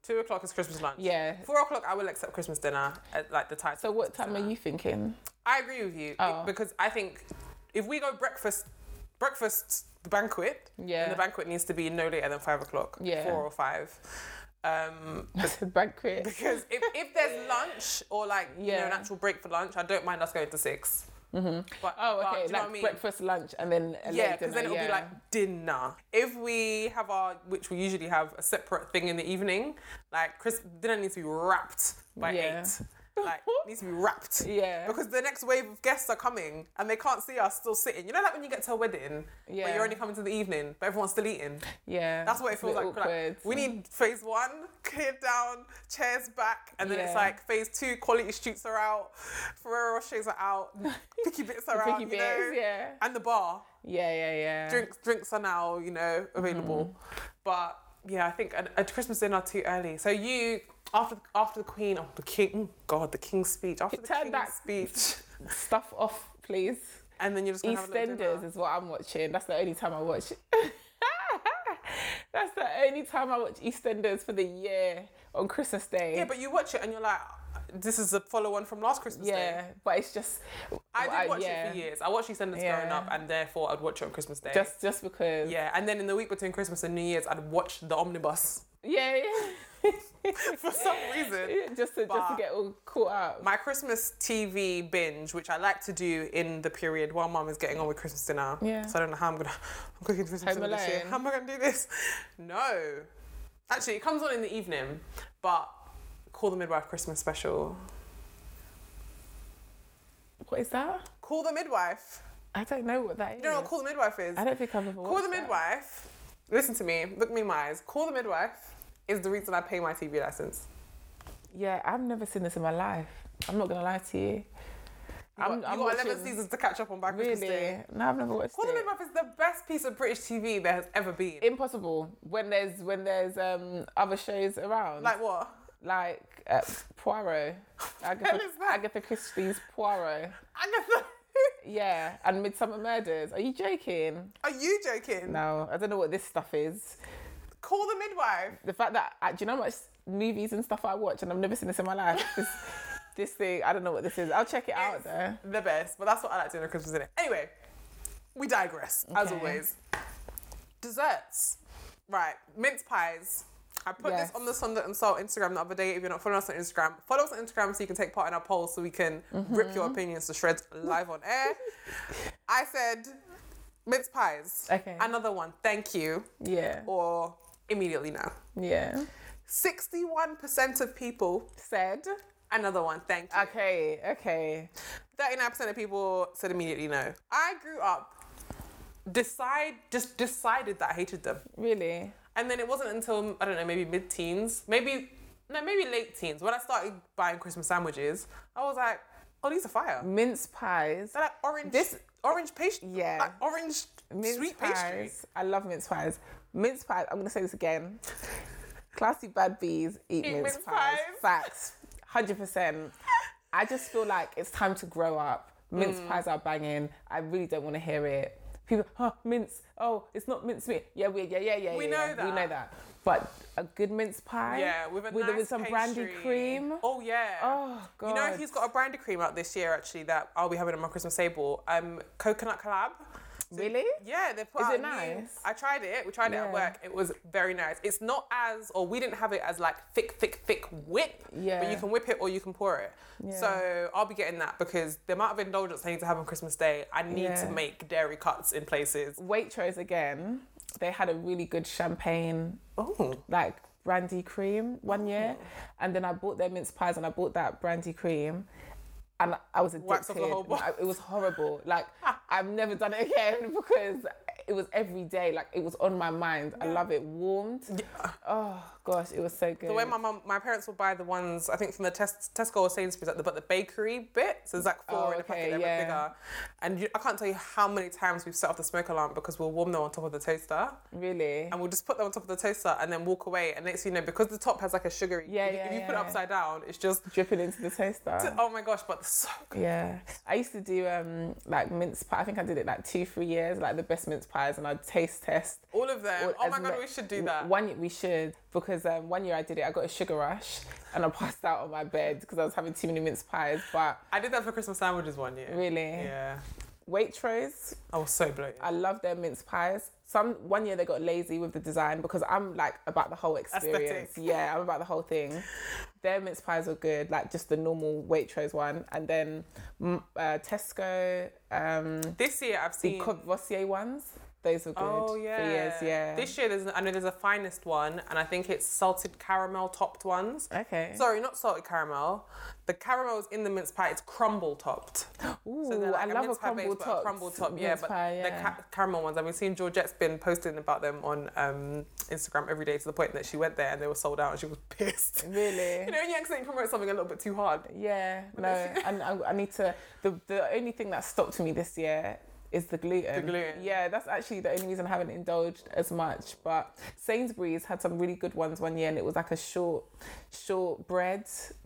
Two o'clock is Christmas lunch.
yeah.
Four o'clock, I will accept Christmas dinner at like the title.
So what time are you thinking?
I agree with you
Oh.
because I think if we go breakfast, breakfast banquet, then
Yeah.
the banquet needs to be no later than five o'clock.
Yeah.
Four or five. Um,
I said banquet.
because if, if there's lunch or like you know
Yeah.
an actual break for lunch, I don't mind us going to 6 Mm-hmm. But
Oh,
but,
okay.
do you know
like
what I mean?
breakfast, lunch, and then a
Yeah,
late
because
dinner.
then it'll
yeah.
be like dinner. If we have our, which we usually have a separate thing in the evening, like Chris, dinner needs to be wrapped by
Yeah.
eight. Like needs to be wrapped.
Yeah.
Because the next wave of guests are coming and they can't see us still sitting. You know, like when you get to a wedding, but
Yeah.
you're only coming to the evening, but everyone's still eating.
yeah.
That's what it
It's a bit
feels like. Like,
awkward.
We need phase one cleared down, chairs back, and then it's
Yeah.
like phase two quality shoots are out, Ferrero Rochers are out, picky bits are
The
out,
picky
you know?
bits, yeah.
and the bar
Yeah, yeah, yeah.
drinks drinks are now you know available
Mm-hmm.
but yeah i think at, at christmas dinner too early so you after after the queen oh, the king god the king's speech after the
Turn
king's
that-
speech
Stuff off, please.
and then you're just gonna have a little
EastEnders
dinner.
is what I'm watching. That's the only time I watch. That's the only time I watch EastEnders for the year on Christmas Day.
yeah but you watch it and you're like this is a follow-on from last christmas
yeah,
day
but it's just
i did
I-
watch it
yeah.
for years i watched EastEnders growing
Yeah.
up and therefore i'd watch it on christmas day
just just because.
yeah and then in the week between christmas and new year's i'd watch the omnibus
yeah, yeah.
for some reason
just to just to
But-
get all caught up.
my Christmas TV binge, which I like to do in the period while mum is getting on with Christmas dinner.
Yeah.
So I don't know how I'm gonna. I'm cooking Christmas
Home
dinner this year.
Alone.
How am I gonna do this? No. Actually, it comes on in the evening, but Call the Midwife Christmas special.
What is that?
Call the Midwife.
I don't know what that is.
You don't know what Call the Midwife is?
I don't think I've ever
Call the
watched that.
Midwife. Listen to me. Look me in my eyes. Call the Midwife is the reason I pay my TV license.
Yeah, I've never seen this in my life. I'm not gonna lie to you.
You
I'm,
got,
I'm
you got
watching-
11 seasons to catch up on by Christmas
Really?
Day.
No, I've never watched
Call the
it.
Midwife is the best piece of British TV there has ever been.
Impossible when there's when there's um other shows around like,
like what?
uh, Poirot, Agatha,
hell is that?
Agatha Christie's Poirot,
Agatha,
yeah, and Midsummer Murders. Are you joking?
are you joking?
No, I don't know what this stuff is.
Call the midwife.
The fact that uh, do you know how much movies and stuff I watch and I've never seen this in my life. This, this thing, I don't know what this is. I'll check it out
It's
though.
The best, but that's what I like doing on Christmas dinner. Anyway, we digress as
Okay.
always. Desserts, right? Mince pies. I put
Yes.
this on the Sunday and Salt Instagram the other day. If you're not following us on Instagram, follow us on Instagram so you can take part in our poll so we can
Mm-hmm.
rip your opinions to shreds live on air. I said mince pies.
Okay.
Another one. Thank you.
Yeah,
Or immediately now.
yeah.
61% of people
Said.
Another one, thank you.
Okay, okay.
39% of people said immediately no. I grew up, decide just decided that I hated them.
Really?
And then it wasn't until, I don't know, maybe mid teens, maybe, no, maybe late teens, when I started buying Christmas sandwiches, I was like, oh, these are fire.
Mince pies.
They're like orange,
This-
orange pastry,
Yeah.
like orange
mince
sweet
pies.
pastry.
I love mince pies. Mince pies. I'm gonna say this again. Classy bad bees eat, mince,
mince
pies.
pies.
Facts. Hundred percent.
Mm.
I just feel like it's time to grow up. Mince pies are banging. I really don't want to hear it. people, huh, mince. Oh, it's not mince meat. Yeah, we, yeah, yeah, yeah.
We
yeah,
know
yeah. We
that.
know that. But a good mince pie.
Yeah, with a
with,
nice
with some brandy
pastry.
cream.
Oh yeah.
Oh,
You know
God.
he's got a brandy cream out this year actually that I'll be having on my Christmas table. Um, coconut collab.
Really?
Yeah, they put
Is
out
it
new-
nice?
I tried it. We tried it
Yeah.
at work. It was very nice. It's not as, or we didn't have it as like thick, thick, thick whip. But
Yeah.
you can whip it or you can pour it.
Yeah.
So I'll be getting that because the amount of indulgence I need to have on Christmas Day, I need
Yeah.
to make dairy cuts in places.
Waitrose again. They had a really good champagne
Oh.
like brandy cream one year, and then I bought their mince pies and I bought that brandy cream, and I was addicted.
Wiped off the whole box.
I- it was horrible. Like I've never done it again because it was every day. Like it was on my mind. I love it warmed. Oh gosh, it was so good.
The way my mum, my parents will buy the ones I think from the Tes- Tesco or Sainsbury's, like the, but the bakery bit. So there's like four
Oh,
in a packet,
okay,
they're a bit
yeah.
bigger. And you, I can't tell you how many times we've set off the smoke alarm because we'll warm them on top of the toaster,
really.
and we'll just put them on top of the toaster and then walk away. And next thing you know, because the top has like a sugary,
Yeah,
if,
yeah,
if you put it
yeah.
upside down, it's just
Dripping into the toaster.
oh my gosh, but it's so good.
Yeah, I used to do um like mince pie. I think I did it like two, three years, like the best mince pies, and I'd taste test
All of them.
Well,
oh
as
my god,
mu-
we should do
w-
that.
One we should because um, one year I did it. I got a sugar rush and I passed out on my bed because I was having too many mince pies. But
I did that for Christmas sandwiches one year.
really,
Yeah,
Waitrose,
I was so bloated.
I love their mince pies. Some one year they got lazy with the design because I'm like about the whole experience.
Aesthetic.
Yeah, I'm about the whole thing. Their mince pies were good, like just the normal Waitrose one, and then mm, uh, Tesco, um,
This year I've
the
seen.
Courvoisier ones. Those were good
Oh
for
yeah.
years. Yeah.
This year there's I know there's a finest one and I think it's salted caramel topped ones.
okay.
Sorry, not salted caramel. The caramel's in the mince pie. It's crumble topped.
Ooh,
they're
I love a
mince pie base,
crumble
but
top.
crumble top, yeah. But the ca- caramel ones. I've been seeing Georgette's been posting about them on um, Instagram every day to the point that she went there and they were sold out and she was pissed.
Really?
You know, when you accidentally promote something a little bit too hard.
Yeah, no, and I, I need to. The, the only thing that stopped me this year is the gluten.
The gluten.
Yeah, that's actually the only reason I haven't indulged as much. But Sainsbury's had some really good ones one year, and it was like a short, short bread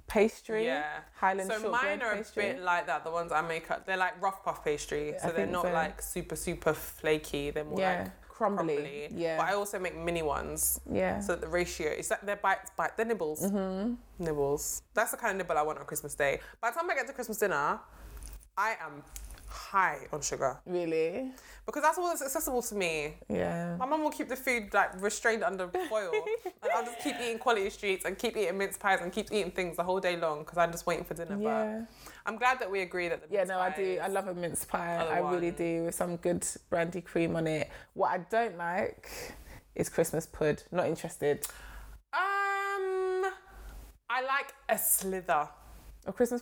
pastry.
Yeah.
Highland
so
shortbread
mine are
pastry.
a bit like that. The ones I make up, they're like rough puff pastry, so
I
they're
think
not
so.
like super super flaky. They're more
yeah,
like
crumbly.
crumbly.
Yeah,
But I also make mini ones.
yeah.
So that the ratio is that they're bites, bite, they're nibbles.
Mm-hmm.
Nibbles. That's the kind of nibble I want on Christmas Day. By the time I get to Christmas dinner, I am high on sugar
really,
because that's all that's accessible to me.
yeah.
My mum will keep the food like restrained under foil, and I'll just keep eating quality streets and keep eating mince pies and keep eating things the whole day long because I'm just waiting for dinner.
Yeah,
But I'm glad that we agree that the
yeah.
mince
No, I do.
pies-
I love a mince pie.
Other
I really
one.
do with some good brandy cream on it. What I don't like is Christmas pud. Not interested.
Um, I like a slither.
A Christmas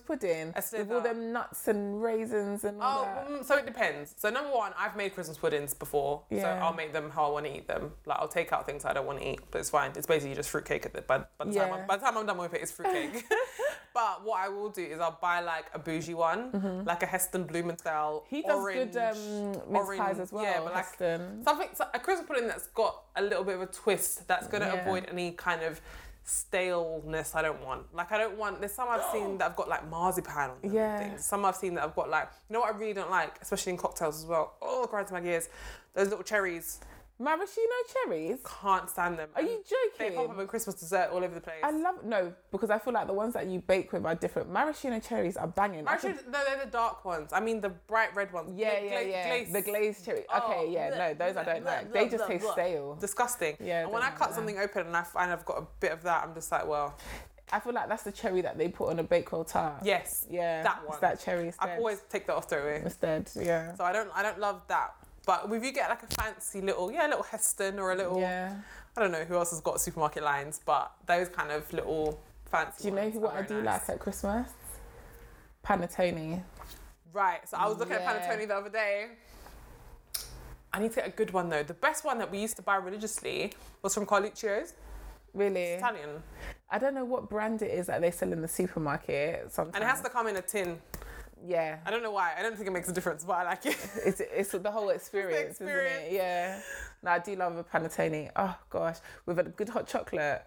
A
pudding with all
slither.
them nuts and raisins and all
Oh,
that.
mm, so it depends. So number one, I've made Christmas puddings before,
Yeah.
so I'll make them how I want to eat them. Like I'll take out things I don't want to eat, but it's fine. It's basically just fruitcake at the by, by the time
Yeah.
I'm, by the time I'm done with it, it's fruitcake. but what I will do is I'll buy like a bougie one, like a Heston Blumenthal.
Mm-hmm. He does
orange,
good um, mince pies
orange-
as well.
Yeah, but like
Heston.
something so- a Christmas pudding that's got a little bit of a twist that's going to
Yeah.
avoid any kind of staleness I don't want. Like I don't want. There's some I've seen that I've got like marzipan on them
Yeah.
and things. Some I've seen that I've got like you know what I really don't like, especially in cocktails as well. Oh, it grinds my gears. Those little cherries
Maraschino cherries.
can't stand them.
Are you
They pop
joking?
up in Christmas dessert all over the place.
I love no because I feel like the ones that you bake with are different. Maraschino cherries are banging. I
Actually,
could-
no, they're the dark ones. I mean the bright red ones.
yeah,
Gla-
yeah,
gla-
yeah.
glaze.
The glazed cherry.
Oh,
okay, yeah, no,
bleh,
those I
bleh,
don't
bleh,
like.
bleh,
They just
bleh,
taste
bleh.
stale.
Disgusting.
Yeah, I
And when
don't
I
like
cut
that.
something open and I find I've got a bit of that, I'm just like, well,
I feel like that's the cherry that they put on a baked roll tart.
yes.
yeah,
that
it's
one.
that cherry instead.
I always take that off straight away.
instead, yeah,
So I don't I don't love that. But if you get like a fancy little yeah, a little Heston or a little
yeah.
I don't know who else has got supermarket lines, but those kind of little fancy.
Do you know
ones
who
are
what I
very
do
nice.
like at Christmas? Panettone.
Right. So I was looking at
Yeah.
Panettone the other day. I need to get a good one though. The best one that we used to buy religiously was from Carluccio's.
Really?
It's Italian,
I don't know what brand it is that they sell in the supermarket. Sometimes.
and it has to come in a tin.
Yeah.
I don't know why. I don't think it makes a difference, but I like it.
It's, it's the whole experience, isn't
experience.
it? Yeah. No, I do love a panettone. Oh gosh, with a good hot chocolate.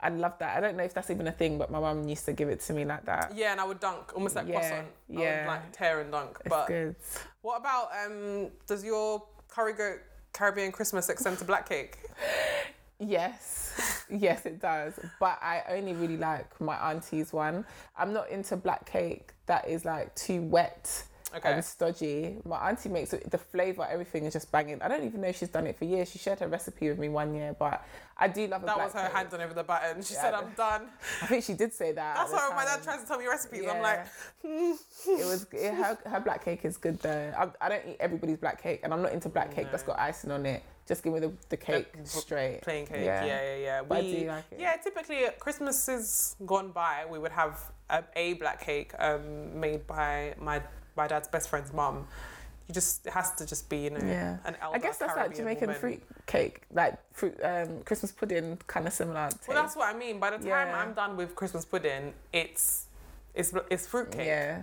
I love that. I don't know if that's even a thing, but my mum used to give it to me like that.
Yeah, and I would dunk almost like
Yeah,
croissant. I
yeah.
would like tear and dunk.
It's
but
good.
What about um? Does your curry goat Caribbean Christmas extend to black cake?
Yes, yes, it does. But I only really like my auntie's one. I'm not into black cake that is like too wet
Okay.
and stodgy. My auntie makes it, the flavour, everything is just banging. I don't even know if she's done it for years. She shared her recipe with me one year, but I do love a
That
black
was her
cake.
hand on over the button. She
Yeah,
said,
I
"I'm done."
I think she did say that.
That's
at the
why when my dad
time.
tries to tell me recipes, I'm like,
it was it, her, her black cake is good though. I, I don't eat everybody's black cake, and I'm not into black cake that's got icing on it. Just give me the, the cake
v-
straight.
plain cake. Yeah, yeah, yeah.
But I do like it.
Yeah, typically at Christmases gone by, we would have a, a black cake um, made by my my dad's best friend's mum. You just it has to just be you know
Yeah.
an elder.
I guess that's
Caribbean
like Jamaican
woman.
fruit cake, like fruit um, Christmas pudding, kind of similar. Taste.
Well, that's what I mean. By the time
Yeah.
I'm done with Christmas pudding, it's it's it's fruitcake.
yeah.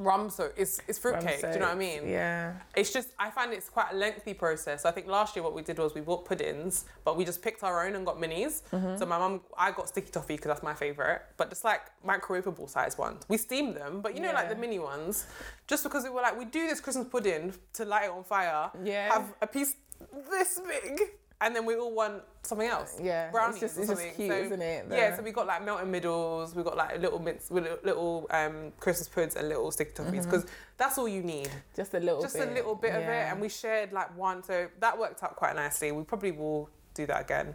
Rum so it's it's fruitcake. Do you know what I
Rum
mean?
soaked, Yeah.
It's just I find it's quite a lengthy process. I think last year what we did was we bought puddings, but we just picked our own and got minis.
Mm-hmm.
So my mum, I got sticky toffee because that's my favorite, but just like microwavable size ones. We steamed them, but you know like the
Yeah.
mini ones, just because we were like we do this Christmas pudding to light it on fire,
Yeah.
have a piece this big, and then we all want something else.
Yeah, it's
brownies.
just-
or
it's just
something.
cute,
So-
isn't it,
Yeah,
the-
so we got like melting middles, we got like little mints, little, little um, Christmas puds and little sticky toffees because that's all you need
Just a Mm-hmm. little
just
bit.
a little bit of it
Yeah.
and we shared like one so that worked out quite nicely we probably will do that again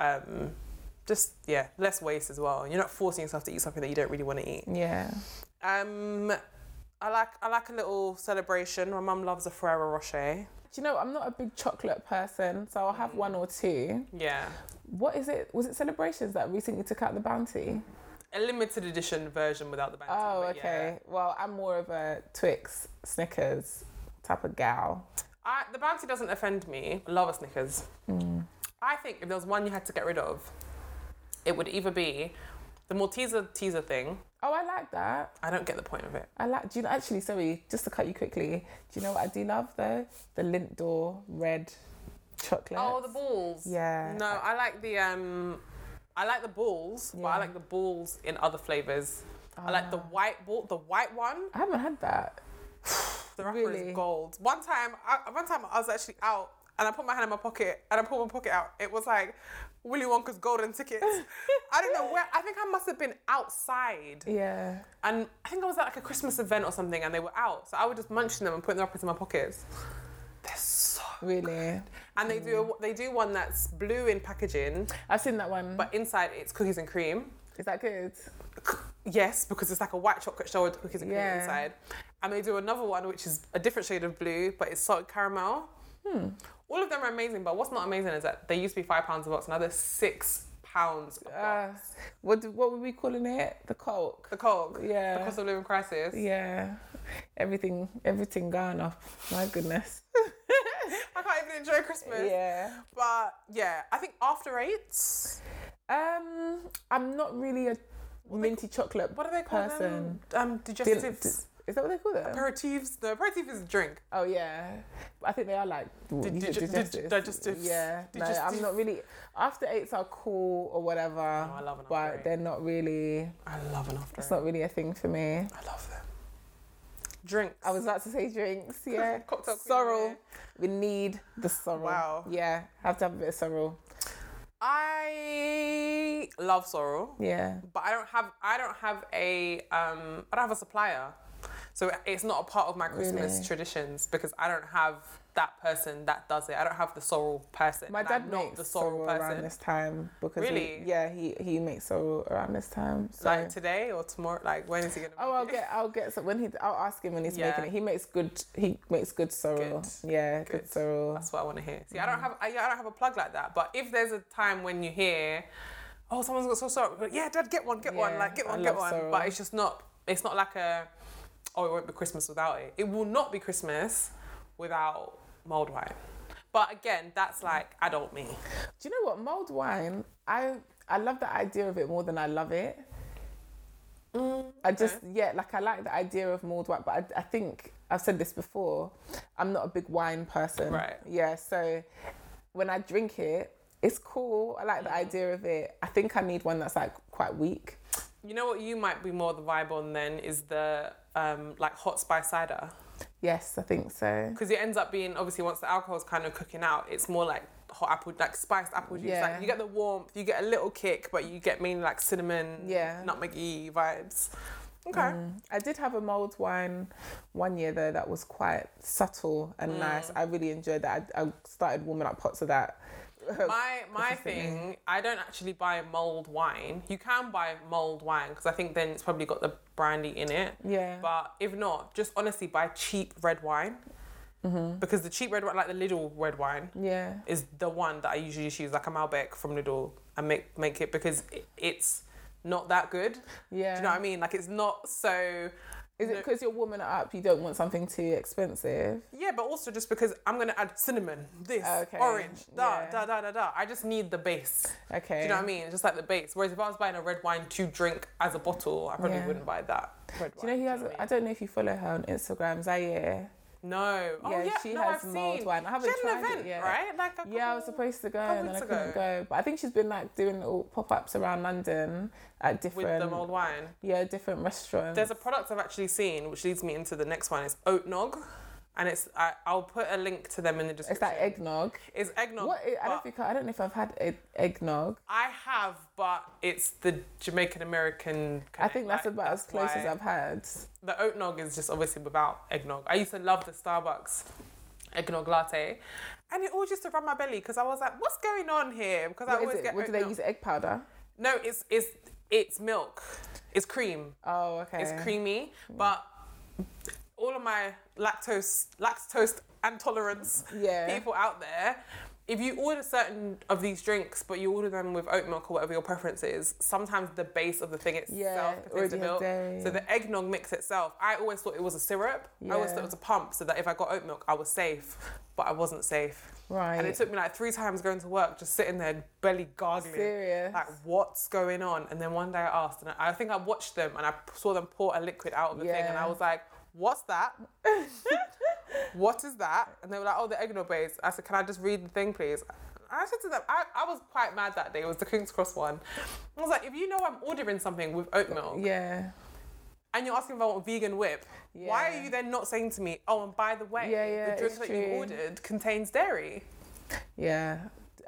um just yeah less waste as well you're not forcing yourself to eat something that you don't really want to eat
Yeah.
um I like I like a little celebration. My mum loves a Ferrero Rocher.
Do you know, I'm not a big chocolate person, so I'll
Mm.
have one or two.
Yeah,
What is it? Was it celebrations that recently took out the bounty?
a limited edition version without the banter.
Oh,
but yeah.
okay. Well, I'm more of a Twix, Snickers type of gal.
I, the bounty doesn't offend me. I love a Snickers.
Mm.
I think if there was one you had to get rid of, it would either be the Malteser teaser thing.
Oh, I like that.
I don't get the point of it.
I like. Do you know, actually? Sorry, just to cut you quickly. Do you know what I do love though? The Lint Door red chocolate.
Oh, the balls.
Yeah.
No, I like the um, I like the balls, but I
Yeah. Ah.
like the balls in other flavors. I like the white ball, the white one.
I haven't had that.
The wrapper
Really?
is gold. One time, I, one time I was actually out and I put my hand in my pocket and I pulled my pocket out. It was like Willy Wonka's golden tickets. I don't know where. I think I must have been outside
Yeah.
and I think I was at like a Christmas event or something and they were out, so I would just munch them and put them up into my pockets. They're so.
Really.
And they
Mm.
do they do one that's blue in packaging,
I've seen that one.
but inside it's cookies and cream.
Is that good?
Yes, because it's like a white chocolate shell with cookies and cream
Yeah.
inside. And they do another one which is a different shade of blue, but it's salted caramel.
Hmm.
All of them are amazing, but what's not amazing is that they used to be five pounds a box, now they're six pounds a
Uh,
box.
what do, what were we calling it? The Coke.
The Coke,
Yeah.
the cost of living crisis.
Yeah. Everything everything gone off. My goodness.
I can't even enjoy Christmas.
Yeah.
But yeah, I think after eights,
Um, I'm not really a minty chocolate.
what do they call
person.
them? Um,
Din-
digestives.
di- is that what they call them?
Aperitifs. No, aperitif is drink.
Oh yeah, But I think they are like you
Dig-
said
dig-
digestives.
dig- digestives.
Yeah, no,
Digestive.
I'm not really. After eights are cool or whatever,
Oh, I love an
but
upgrade.
they're not really.
I love an after.
It's not really a thing for me.
I love them. Drinks.
I was about to say drinks. Yeah,
Cocktail queen
sorrel.
over
We need the sorrel.
Wow.
Yeah, have to have a bit of sorrel.
I love sorrel,
Yeah.
but I don't have I don't have a um I don't have a supplier. So it's not a part of my Christmas
Really?
traditions because I don't have that person that does it. I don't have the sorrel person.
My
and
dad
I'm
makes
not the sorrel,
around
person.
this time because he-
Really?
yeah, he he makes sorrel around this time. So.
Like today or tomorrow, like when is he gonna? make
Oh, I'll
it?
get, I'll get some when he. I'll ask him when he's
Yeah.
making it. He makes good, he makes good sorrel. Yeah, good,
Good.
sorrel.
That's what I want to hear. See, I don't
Mm-hmm.
have I, I don't have a plug like that. But if there's a time when you hear, oh, someone's got so sorry, but yeah, Dad, get one, get one,
Yeah,
like get
I
one, get
love
one.
sorrel.
But it's just not. It's not like a. Oh, it won't be Christmas without it. It will not be Christmas without mulled wine. But again, that's like adult me.
Do you know what mulled wine? I I love the idea of it more than I love it. I just yeah, like I like the idea of mulled wine, but I, I think I've said this before. I'm not a big wine person.
Right.
Yeah. So when I drink it, it's cool. I
Mm-hmm.
like the idea of it. I think I need one that's like quite weak.
You know what? You might be more the vibe on then is the um, like hot spice cider.
Yes, I think so.
because it ends up being obviously once the alcohol's kind of cooking out, it's more like hot apple, like spiced apple juice.
Yeah.
Like you get the warmth, you get a little kick, but you get mainly like cinnamon,
Yeah. Mm.
nutmeggy vibes. Okay,
I did have a mulled wine one year though that was quite subtle and nice. I really enjoyed that. I, I started warming up pots of that.
my my
Consistently.
thing, I don't actually buy mulled wine. You can buy mulled wine because I think then it's probably got the brandy in it.
Yeah.
But if not, just honestly buy cheap red wine.
Mm-hmm.
Because the cheap red wine, like the Lidl red wine,
yeah.
is the one that I usually just use, like a Malbec from Lidl, and make make it because it, it's not that good.
Yeah.
Do you know what I mean? Like it's not so.
Is it because you're warming it up? You don't want something too expensive.
Yeah, but also just because I'm gonna add cinnamon, this
Okay,
orange, da
yeah.
da da da da. I just need the base.
Okay.
Do you know what I mean? Just like the base. Whereas if I was buying a red wine to drink as a bottle, I probably
Yeah.
wouldn't buy that. Red
Do you know who
wine,
has?
do you know what
I don't know if you follow her on Instagram. Zaire.
I mean? No. oh
Yeah,
yeah,
she
no,
has
I've
mulled
seen.
wine. I haven't
she had an
tried it
event,
yet.
right? Like a
Yeah, I was
couple-
supposed to go
couple
and then I
weeks
couldn't
ago.
go. But I think she's been like doing little pop ups around London at
with the
different
mulled wine.
yeah different restaurants.
There's a product I've actually seen, which leads me into the next one. It's oat nog, and it's I, I'll put a link to them in the
it's
description.
like eggnog.
It's eggnog.
What I
but
don't think I don't know if I've had egg, eggnog.
I have, but it's the Jamaican American.
I think that's about as close as
I've.
I've had.
the oat nog is just obviously without eggnog. I used to love the Starbucks eggnog latte, and it all just around my belly because I was like, "What's going on here?" Because I
What
always
is it?
get
What
oat
do they
milk.
use egg powder?
No, it's it's it's milk. It's cream.
Oh, okay.
It's creamy, but all of my lactose lactose intolerance
Yeah.
people out there. If you order certain of these drinks, but you order them with oat milk or whatever your preference is, sometimes the base of the thing itself
Yeah,
contains the
already has
milk.
dairy.
So the eggnog mix itself, I always thought it was a syrup. I always
Yeah.
thought it was a pump, so that if I got oat milk, I was safe. But I wasn't safe.
Right.
And it took me like three times going to work, just sitting there, belly gargling.
Serious?
Like, what's going on? And then one day I asked, and I, I think I watched them and I saw them pour a liquid out of the thing, and
Yeah.
I was like, what's that? what is that? And they were like, oh, the eggnog base. I said, can I just read the thing, please? I said to them, I, I was quite mad that day. It was the King's Cross one. I was like, if you know I'm ordering something with oat milk
Yeah.
and you're asking if I want vegan whip, why
Yeah.
are you then not saying to me, oh, and by the way,
Yeah, yeah,
the drink
it's
that
true.
you ordered contains dairy?
Yeah.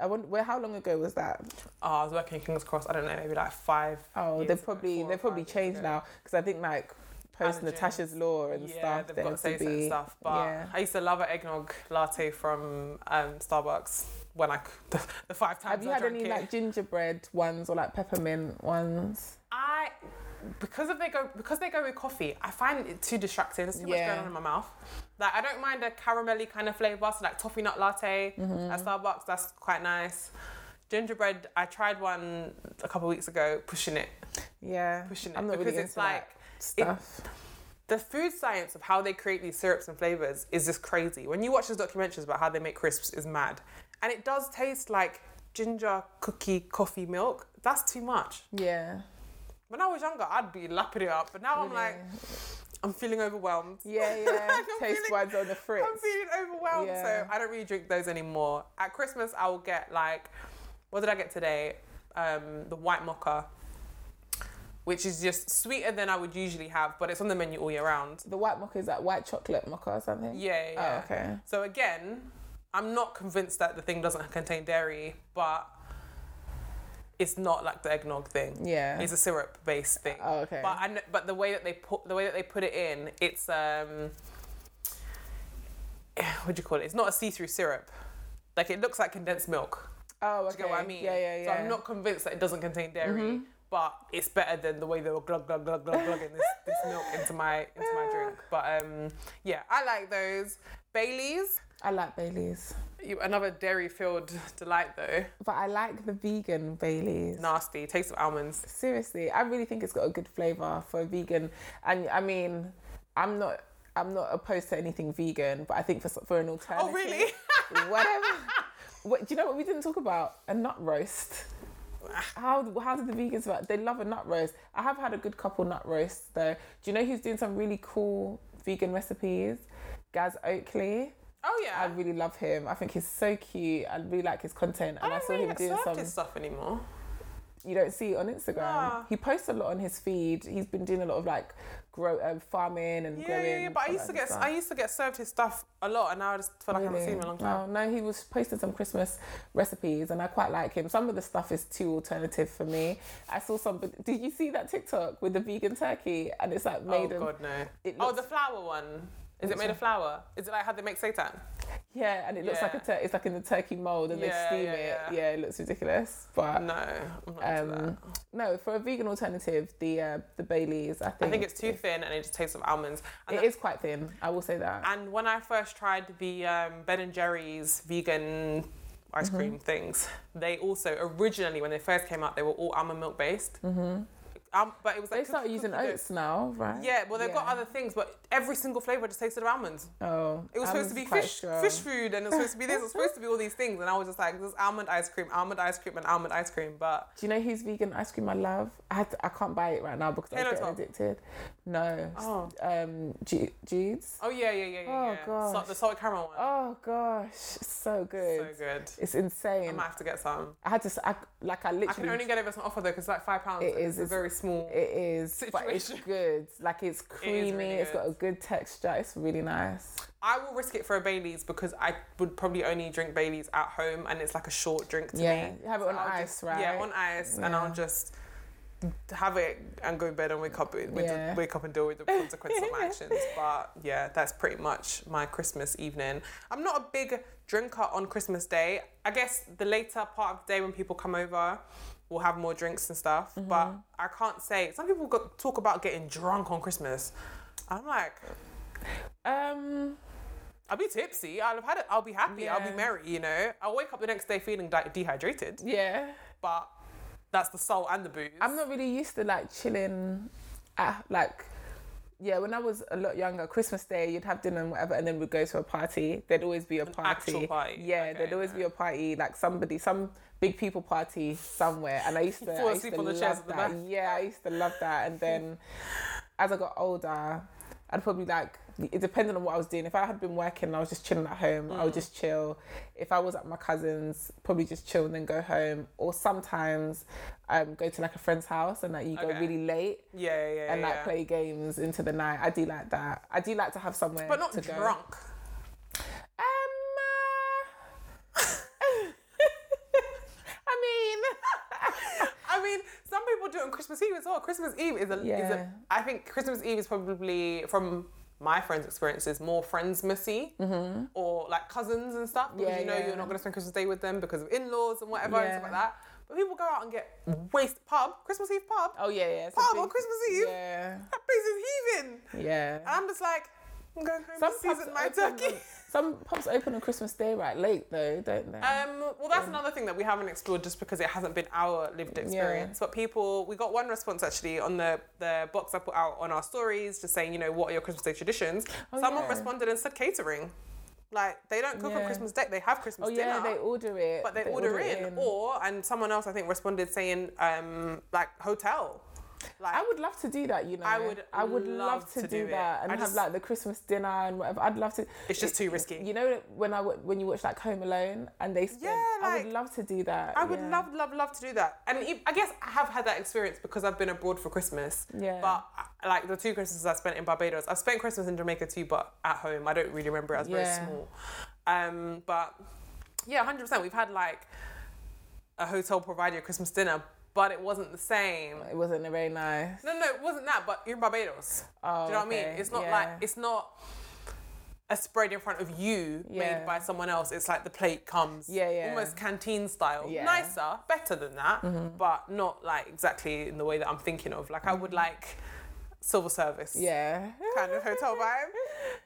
I wonder where how long ago was that?
Oh, I was working at King's Cross, I don't know, maybe like five.
Oh,
years
they've
ago,
probably
four or
they've probably
five years
changed
ago.
now because I think like post
Allergens.
Natasha's law and
Yeah,
stuff.
they've
there
got
has
say
to be,
certain stuff. But
yeah.
I used to love an eggnog latte from um, Starbucks when I c- the, the five times
Have you
I
had
drank
any
it.
like gingerbread ones or like peppermint ones?
I because of they go because they go with coffee, I find it too distracting. There's too
Yeah.
much going on in my mouth. Like I don't mind a caramelly kind of flavour, so like toffee nut latte
Mm-hmm.
at Starbucks, that's quite nice. Gingerbread, I tried one a couple of weeks ago, pushing it,
Yeah,
pushing it
I'm not
because
really
it's
into
like
that stuff.
the food science of how they create these syrups and flavors is just crazy. When you watch those documentaries about how they make crisps, is mad, and it does taste like ginger cookie coffee milk. That's too much.
yeah,
When I was younger, I'd be lapping it up, but now I'm like, I'm feeling overwhelmed.
yeah, yeah.
I'm
Taste
feeling-
buds on the fritz.
I'm feeling overwhelmed,
Yeah.
so I don't really drink those anymore. At Christmas, I will get like, what did I get today? Um, the white mocha, which is just sweeter than I would usually have, but it's on the menu all year round.
The white mocha is that white chocolate mocha or something.
Yeah, yeah.
Mm. Oh, okay.
So again, I'm not convinced that the thing doesn't contain dairy, but it's not like the eggnog thing.
Yeah.
It's a syrup based thing.
Oh, okay.
But I kn- but the way that they put the way that they put it in, it's um what do you call it? It's not a see-through syrup. Like it looks like condensed milk.
oh, okay.
Do you get what I mean?
Yeah, yeah, Mm-hmm. yeah.
So I'm not convinced that it doesn't contain dairy, but it's better than the way they were glug glug glug glug glugging this, this milk into my into my drink. But um, yeah, I like those Baileys.
I like Baileys,
You- Another dairy filled delight though.
but I like the vegan Baileys.
Nasty. Taste of almonds.
seriously i really think it's got a good flavor for a vegan and i mean i'm not i'm not opposed to anything vegan but i think for s- for an alternative
Oh really?
whatever what, do you know what we didn't talk about a nut roast how how do the vegans like they love a nut roast i have had a good couple nut roasts though do you know who's doing some really cool vegan recipes gaz oakley
Oh
I
yeah.
really love him. I think he's so cute. I really like his content, and
I
I,
don't
saw
really
him
get
doing
served
some.
his stuff anymore.
you don't see it on Instagram.
Nah.
He posts a lot on his feed. He's been doing a lot of like grow um, farming and
Yeah,
growing.
yeah, yeah, but I
all
used to
that
get
stuff.
I used to get served his stuff a lot, and now I just feel like I haven't
Really?
seen him in a long time.
Oh, no, he was posting some Christmas recipes, and I quite like him. Some of the stuff is too alternative for me. I saw somebody. Did you see that TikTok with the vegan turkey? And it's like
Oh
made of
God, no!
it
oh,
looks-
the flour one. Is it made of flour? Is it like how they make seitan?
yeah, and it looks
Yeah.
like a tur- it's like in the turkey mold, and
Yeah,
they steam
yeah,
it.
yeah.
Yeah. it looks ridiculous. But
No, I'm not into that.
Uh, um, no, for a vegan alternative, the uh, the Baileys. I
I
think
think it's too thin and it just tastes of almonds. And,
It
the-
is quite thin. I will say that.
and when I first tried the um, Ben and Jerry's vegan ice
Mm-hmm.
cream things, they also originally when they first came out, they were all almond milk based. Mm-hmm. Um, but it was like
they start
cookie-
using
cookie dough.
oats now, right?
Yeah, well they've got
Yeah.
other things, but every single flavor just tasted of almonds.
Oh,
It was
I'm
supposed to be
quite
fish,
sure.
fish food, and it was supposed to be this. It was supposed to be all these things, and I was just like, "This is almond ice cream, almond ice cream, and almond ice cream." But
Do you know whose vegan ice cream I love? I had to, I can't buy it right now because I'm
Taylor
getting
Top.
addicted. No.
oh,
Um, Ju- Jude's.
oh yeah, yeah, yeah, yeah.
Oh,
yeah. Salt-
gosh.
the salted caramel one.
Oh gosh, it's so
so
good.
good.
It's
I
insane.
might have to get some.
I had to s I like I
I can
literally.
only get it if it's an offer though, because like five pounds.
It is,
It's a
it's-
very small.
it is, but it's
Situation.
good. Like it's creamy.
really
it's got
good.
a good texture. It's really nice.
I will risk it for a Bailey's because I would probably only drink Bailey's at home, and it's like a short drink to
Yeah,
me.
you have it on
I'll
ice,
just-
right?
Yeah, on ice, and I'll
Yeah.
just have it and go to bed and wake up with, with
Yeah.
the, wake up and deal with the consequences of my actions. But yeah, that's pretty much my Christmas evening. I'm not a big drinker on Christmas Day. I guess the later part of the day when people come over. We'll have more drinks and stuff,
Mm-hmm.
but I can't say. Some people go, talk about getting drunk on Christmas. I'm like,
Um,
I'll be tipsy. I'll have had it. I'll be happy. I'll
Yeah.
be merry. You know. I'll wake up the next day feeling di- dehydrated,
yeah.
but that's the soul and the booze.
I'm not really used to like chilling at like yeah, when I was a lot younger, Christmas Day, you'd have dinner and whatever, and then we'd go to a party. There'd always be a party.
actual party.
Yeah,
Okay,
there'd always
no.
be a party, like somebody, some big people party somewhere. And I used to,
Fall
I used
asleep
to
on the
love
chairs at the
that.
back.
Yeah, I used to love that. And then as I got older, I'd probably like, it depended on what I was doing. If I had been working and I was just chilling at home, I would
Mm.
just chill. If I was at my cousin's, probably just chill and then go home. Or sometimes um, go to like a friend's house and like you go
Okay.
really late
yeah, yeah, yeah.
and like
yeah.
play games into the night. I do like that. I do like to have somewhere,
but not
to go.
drunk.
Um, uh, I mean,
I mean, some people do it on Christmas Eve as well. Christmas Eve is a, is
Yeah.
a I think Christmas Eve is probably from my friends' experiences more friends messy or like cousins and stuff because
Mm-hmm. Yeah,
you know
yeah.
you're not going to spend Christmas Day with them because of in-laws and whatever and stuff
Yeah.
like that. But people go out and get waste pub Christmas Eve pub.
oh yeah, yeah. it's a
Pub
big-
on Christmas Eve?
Yeah,
That place is heaving.
yeah.
And I'm just like, I'm going home to
pubs
season my
open on-
turkey.
some pubs open on Christmas Day right late though, don't they?
Um, well, that's another thing that we haven't explored just because it hasn't been our lived experience. But people, we got one response actually on the, the box I put out on our stories, just saying, you know, what are your Christmas Day traditions? Someone
Oh, yeah.
responded and said catering. Like, they don't cook on
Yeah.
Christmas Day, they have Christmas
oh yeah,
dinner.
they order it,
but they, order, in. Or, and someone else I think responded saying, um, like, hotel. Like,
I would love to do that, you know.
I would
I would love,
love
to,
to
do,
do it.
that and
I
have
just-
like the Christmas dinner and whatever. I'd love to.
It's just too risky.
You know when I wa- when you watch like Home Alone and they spend.
Yeah,
I
like,
would love to do that.
I would
yeah.
love, love, love to do that. And if, I guess I have had that experience because I've been abroad for Christmas.
Yeah.
But uh, like the two Christmases I spent in Barbados, I've spent Christmas in Jamaica too, but at home, I don't really remember. it. I was
Yeah.
very small. Um, but yeah, 100%. We've had like a hotel provide your Christmas dinner, but it wasn't the same.
It wasn't very nice.
No, no, it wasn't that, but you're in Barbados.
Oh,
Do you know what I mean?
okay,
It's not
yeah.
like it's not a spread in front of you
Yeah.
made by someone else. It's like the plate comes,
Yeah, yeah.
almost canteen style,
Yeah. Mm-hmm.
nicer, better than that, but not like exactly in the way that I'm thinking of. Like I would like silver service
Yeah.
kind of hotel vibe.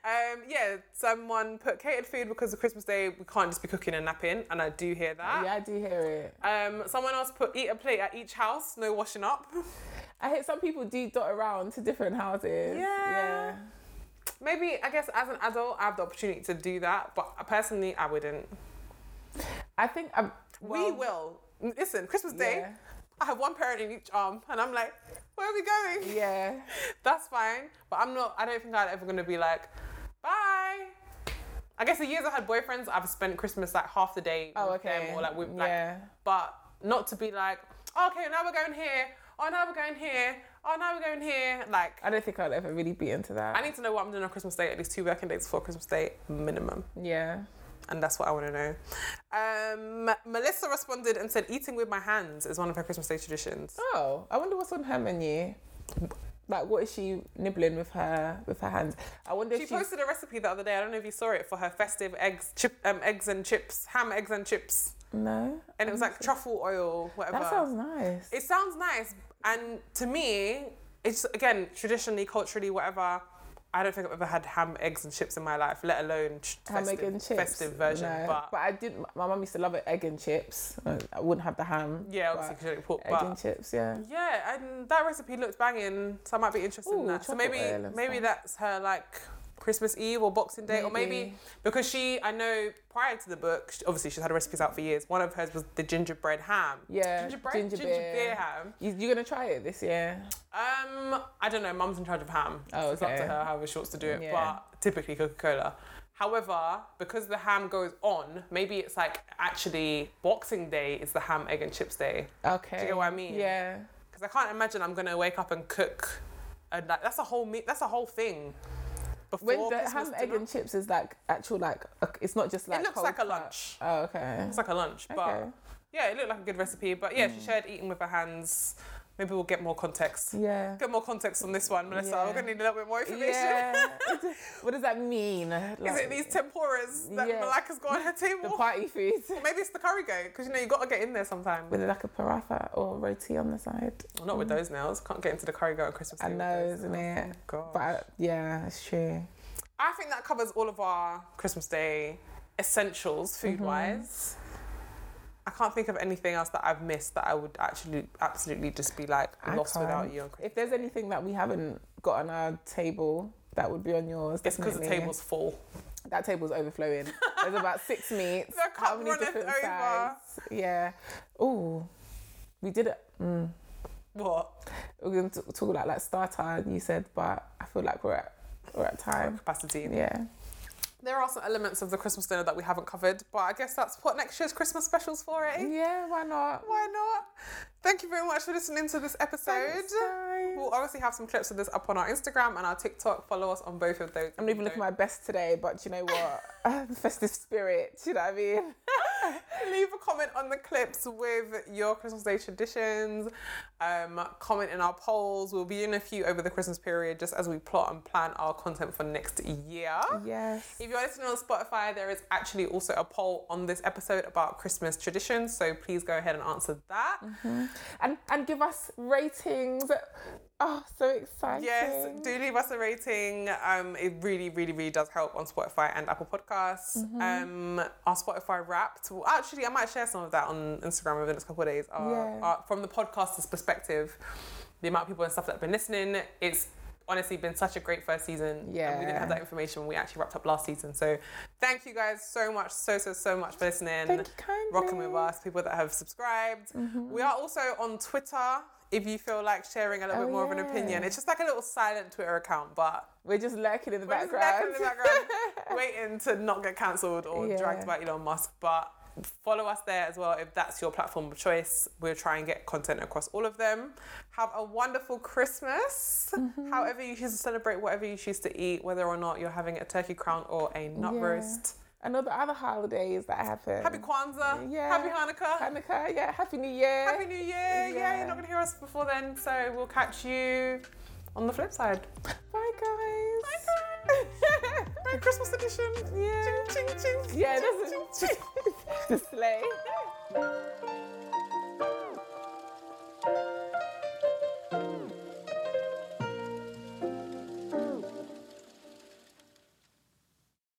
Um, yeah, someone put catered food because of Christmas Day we can't just be cooking and napping, and I do hear that.
Yeah, I do hear it.
Um, someone else put eat a plate at each house, no washing up.
I hear some people do dot around to different houses.
Yeah. Maybe I guess as an adult, I have the opportunity to do that, but personally, I wouldn't.
I think um, i
we will listen Christmas Day.
Yeah.
I have one parent in each arm, and I'm like, where are we going?
Yeah.
That's fine, but I'm not. I don't think I'm ever gonna be like, bye. I guess the years I had boyfriends, I've spent Christmas like half the day
Oh,
with
okay.
them, or like with like,
yeah.
but not to be like. "Oh, okay, now we're going here. Oh, now we're going here. Oh, now we're going here. Like,
I don't think I'll ever really be into that.
I need to know what I'm doing on Christmas Day at least two working days before Christmas Day minimum,
yeah.
and that's what I want to know. Um, Melissa responded and said, "Eating with my hands is one of her Christmas Day traditions."
Oh, I wonder what's on her menu. Like, what is she nibbling with her with her hands? I wonder
She
if she.
posted a recipe the other day. I don't know if you saw it for her festive eggs, chip, um, eggs and chips, ham, eggs and chips,
no.
and it was like truffle oil, whatever.
That sounds nice.
it sounds nice and to me it's again traditionally culturally whatever i don't think i've ever had ham eggs and chips in my life let alone ch-
Ham,
festive,
egg and chips.
festive version
No.
but,
I did. My mum used to love it, egg and chips. I I wouldn't have the ham.
yeah
but
obviously 'cause you don't eat pork
egg
but
and chips. Yeah.
yeah and that recipe looks banging so i might be interested in
Ooh,
that so
chocolate
maybe
oil and
maybe
stuff.
that's her like christmas eve or boxing day or maybe
Maybe.
because she i know prior to the book she- obviously she's had recipes out for years one of hers was the gingerbread ham
Yeah.
gingerbread
ginger
ginger
beer.
beer ham
You, you're gonna try it this year.
Um, I don't know. Mum's in charge of ham.
Oh,
It's up to
okay.
her however she wants to do it.
Yeah.
But typically Coca Cola. However, because the ham goes on, maybe it's like actually Boxing Day is the ham, egg, and chips day.
Okay.
Do you get what I mean?
Yeah.
Because I can't imagine I'm gonna wake up and cook, and like that's a whole meat. That's a whole thing. Before
When the
Christmas
ham, egg,
dinner.
and chips is like actual like a- it's not just like.
it looks
cold
like a
cut.
lunch.
Oh, okay.
It's like a lunch,
Okay. Mm.
but yeah, it looked like a good recipe. But yeah, she shared eating with her hands. Maybe we'll get more context.
Yeah.
Get more context on this one, Melissa.
Yeah.
We're gonna need a little bit more information.
Yeah. what does that mean? Like,
Is it these tempuras that
Yeah.
Malaka's got on her
the
table?
party food?
Maybe it's the curry goat, because you know you got to get in there sometime.
With like a paratha or roti on the side.
Well, not with those nails. Can't get into the curry goat on Christmas.
I
Day with
know,
those
isn't
nails.
it?
Oh, God.
But I, yeah, it's true.
I think that covers all of our Christmas Day essentials, food-wise.
Mm-hmm.
I can't think of anything else that I've missed that I would actually absolutely just be like
I
lost without
can't.
you on Christmas.
If there's anything that we haven't got on our table, that would be on yours.
it's because the
definitely.
table's full.
That table's overflowing. There's about six meats.
The cup
How many
runneth
different
over.
sides? Yeah. Ooh, we did it. Mm.
What?
We're gonna t- talk about like starter. You said, but I feel like we're at we're at time.
Capacity.
Yeah.
There are some elements of the Christmas dinner that we haven't covered, but I guess that's what next year's Christmas specials for, eh?
Yeah. Why not?
Why not? Thank you very much for listening to this episode.
Thanks, guys.
We'll obviously have some clips of this up on our Instagram and our TikTok. Follow us on both of those.
I'm not even looking my best today, but you know what? Uh, the festive spirit, you know what I mean?
Leave a comment on the clips with your Christmas Day traditions. Um, comment in our polls. We'll be in a few over the Christmas period just as we plot and plan our content for next year.
Yes.
If you're listening on Spotify, there is actually also a poll on this episode about Christmas traditions, so please go ahead and answer that.
And and give us ratings. Oh, so exciting.
Yes, do leave us a rating. Um, it really, really, really does help on Spotify and Apple Podcasts.
Mm-hmm.
Um, our Spotify Wrapped. Well, actually, I might share some of that on Instagram over the next couple of days. Our,
Yeah.
our- from the podcaster's perspective, the amount of people and stuff that have been listening, it's honestly been such a great first season. and we didn't
Yeah.
have that information when we actually wrapped up last season. So, thank you guys so much, so so so much for listening
Thank you kindly.
rocking with us, people that have subscribed.
Mm-hmm.
We are also on Twitter if you feel like sharing a little
Oh,
bit more of an
yeah.
opinion. It's just like a little silent Twitter account, but
We're just lurking in the
we're just
background.
lurking in the background, waiting to not get cancelled or
Yeah.
dragged by Elon Musk. But follow us there as well if that's your platform of choice. We'll try and get content across all of them. Have a wonderful Christmas.
Mm-hmm.
However you choose to celebrate, whatever you choose to eat, whether or not you're having a turkey crown or a nut
Yeah.
roast.
and all the other holidays that happen.
Happy Kwanzaa.
Yeah.
Happy Hanukkah.
Hanukkah, yeah. Happy New Year.
Happy New Year! Yeah. you're not
Yeah.
gonna hear us before then, so we'll catch you on the flip side.
Bye, guys.
Bye, Christmas edition.
Yeah.
Ching, ching, ching.
Yeah,
Ching,
that's a-
ching, ching.
the sleigh.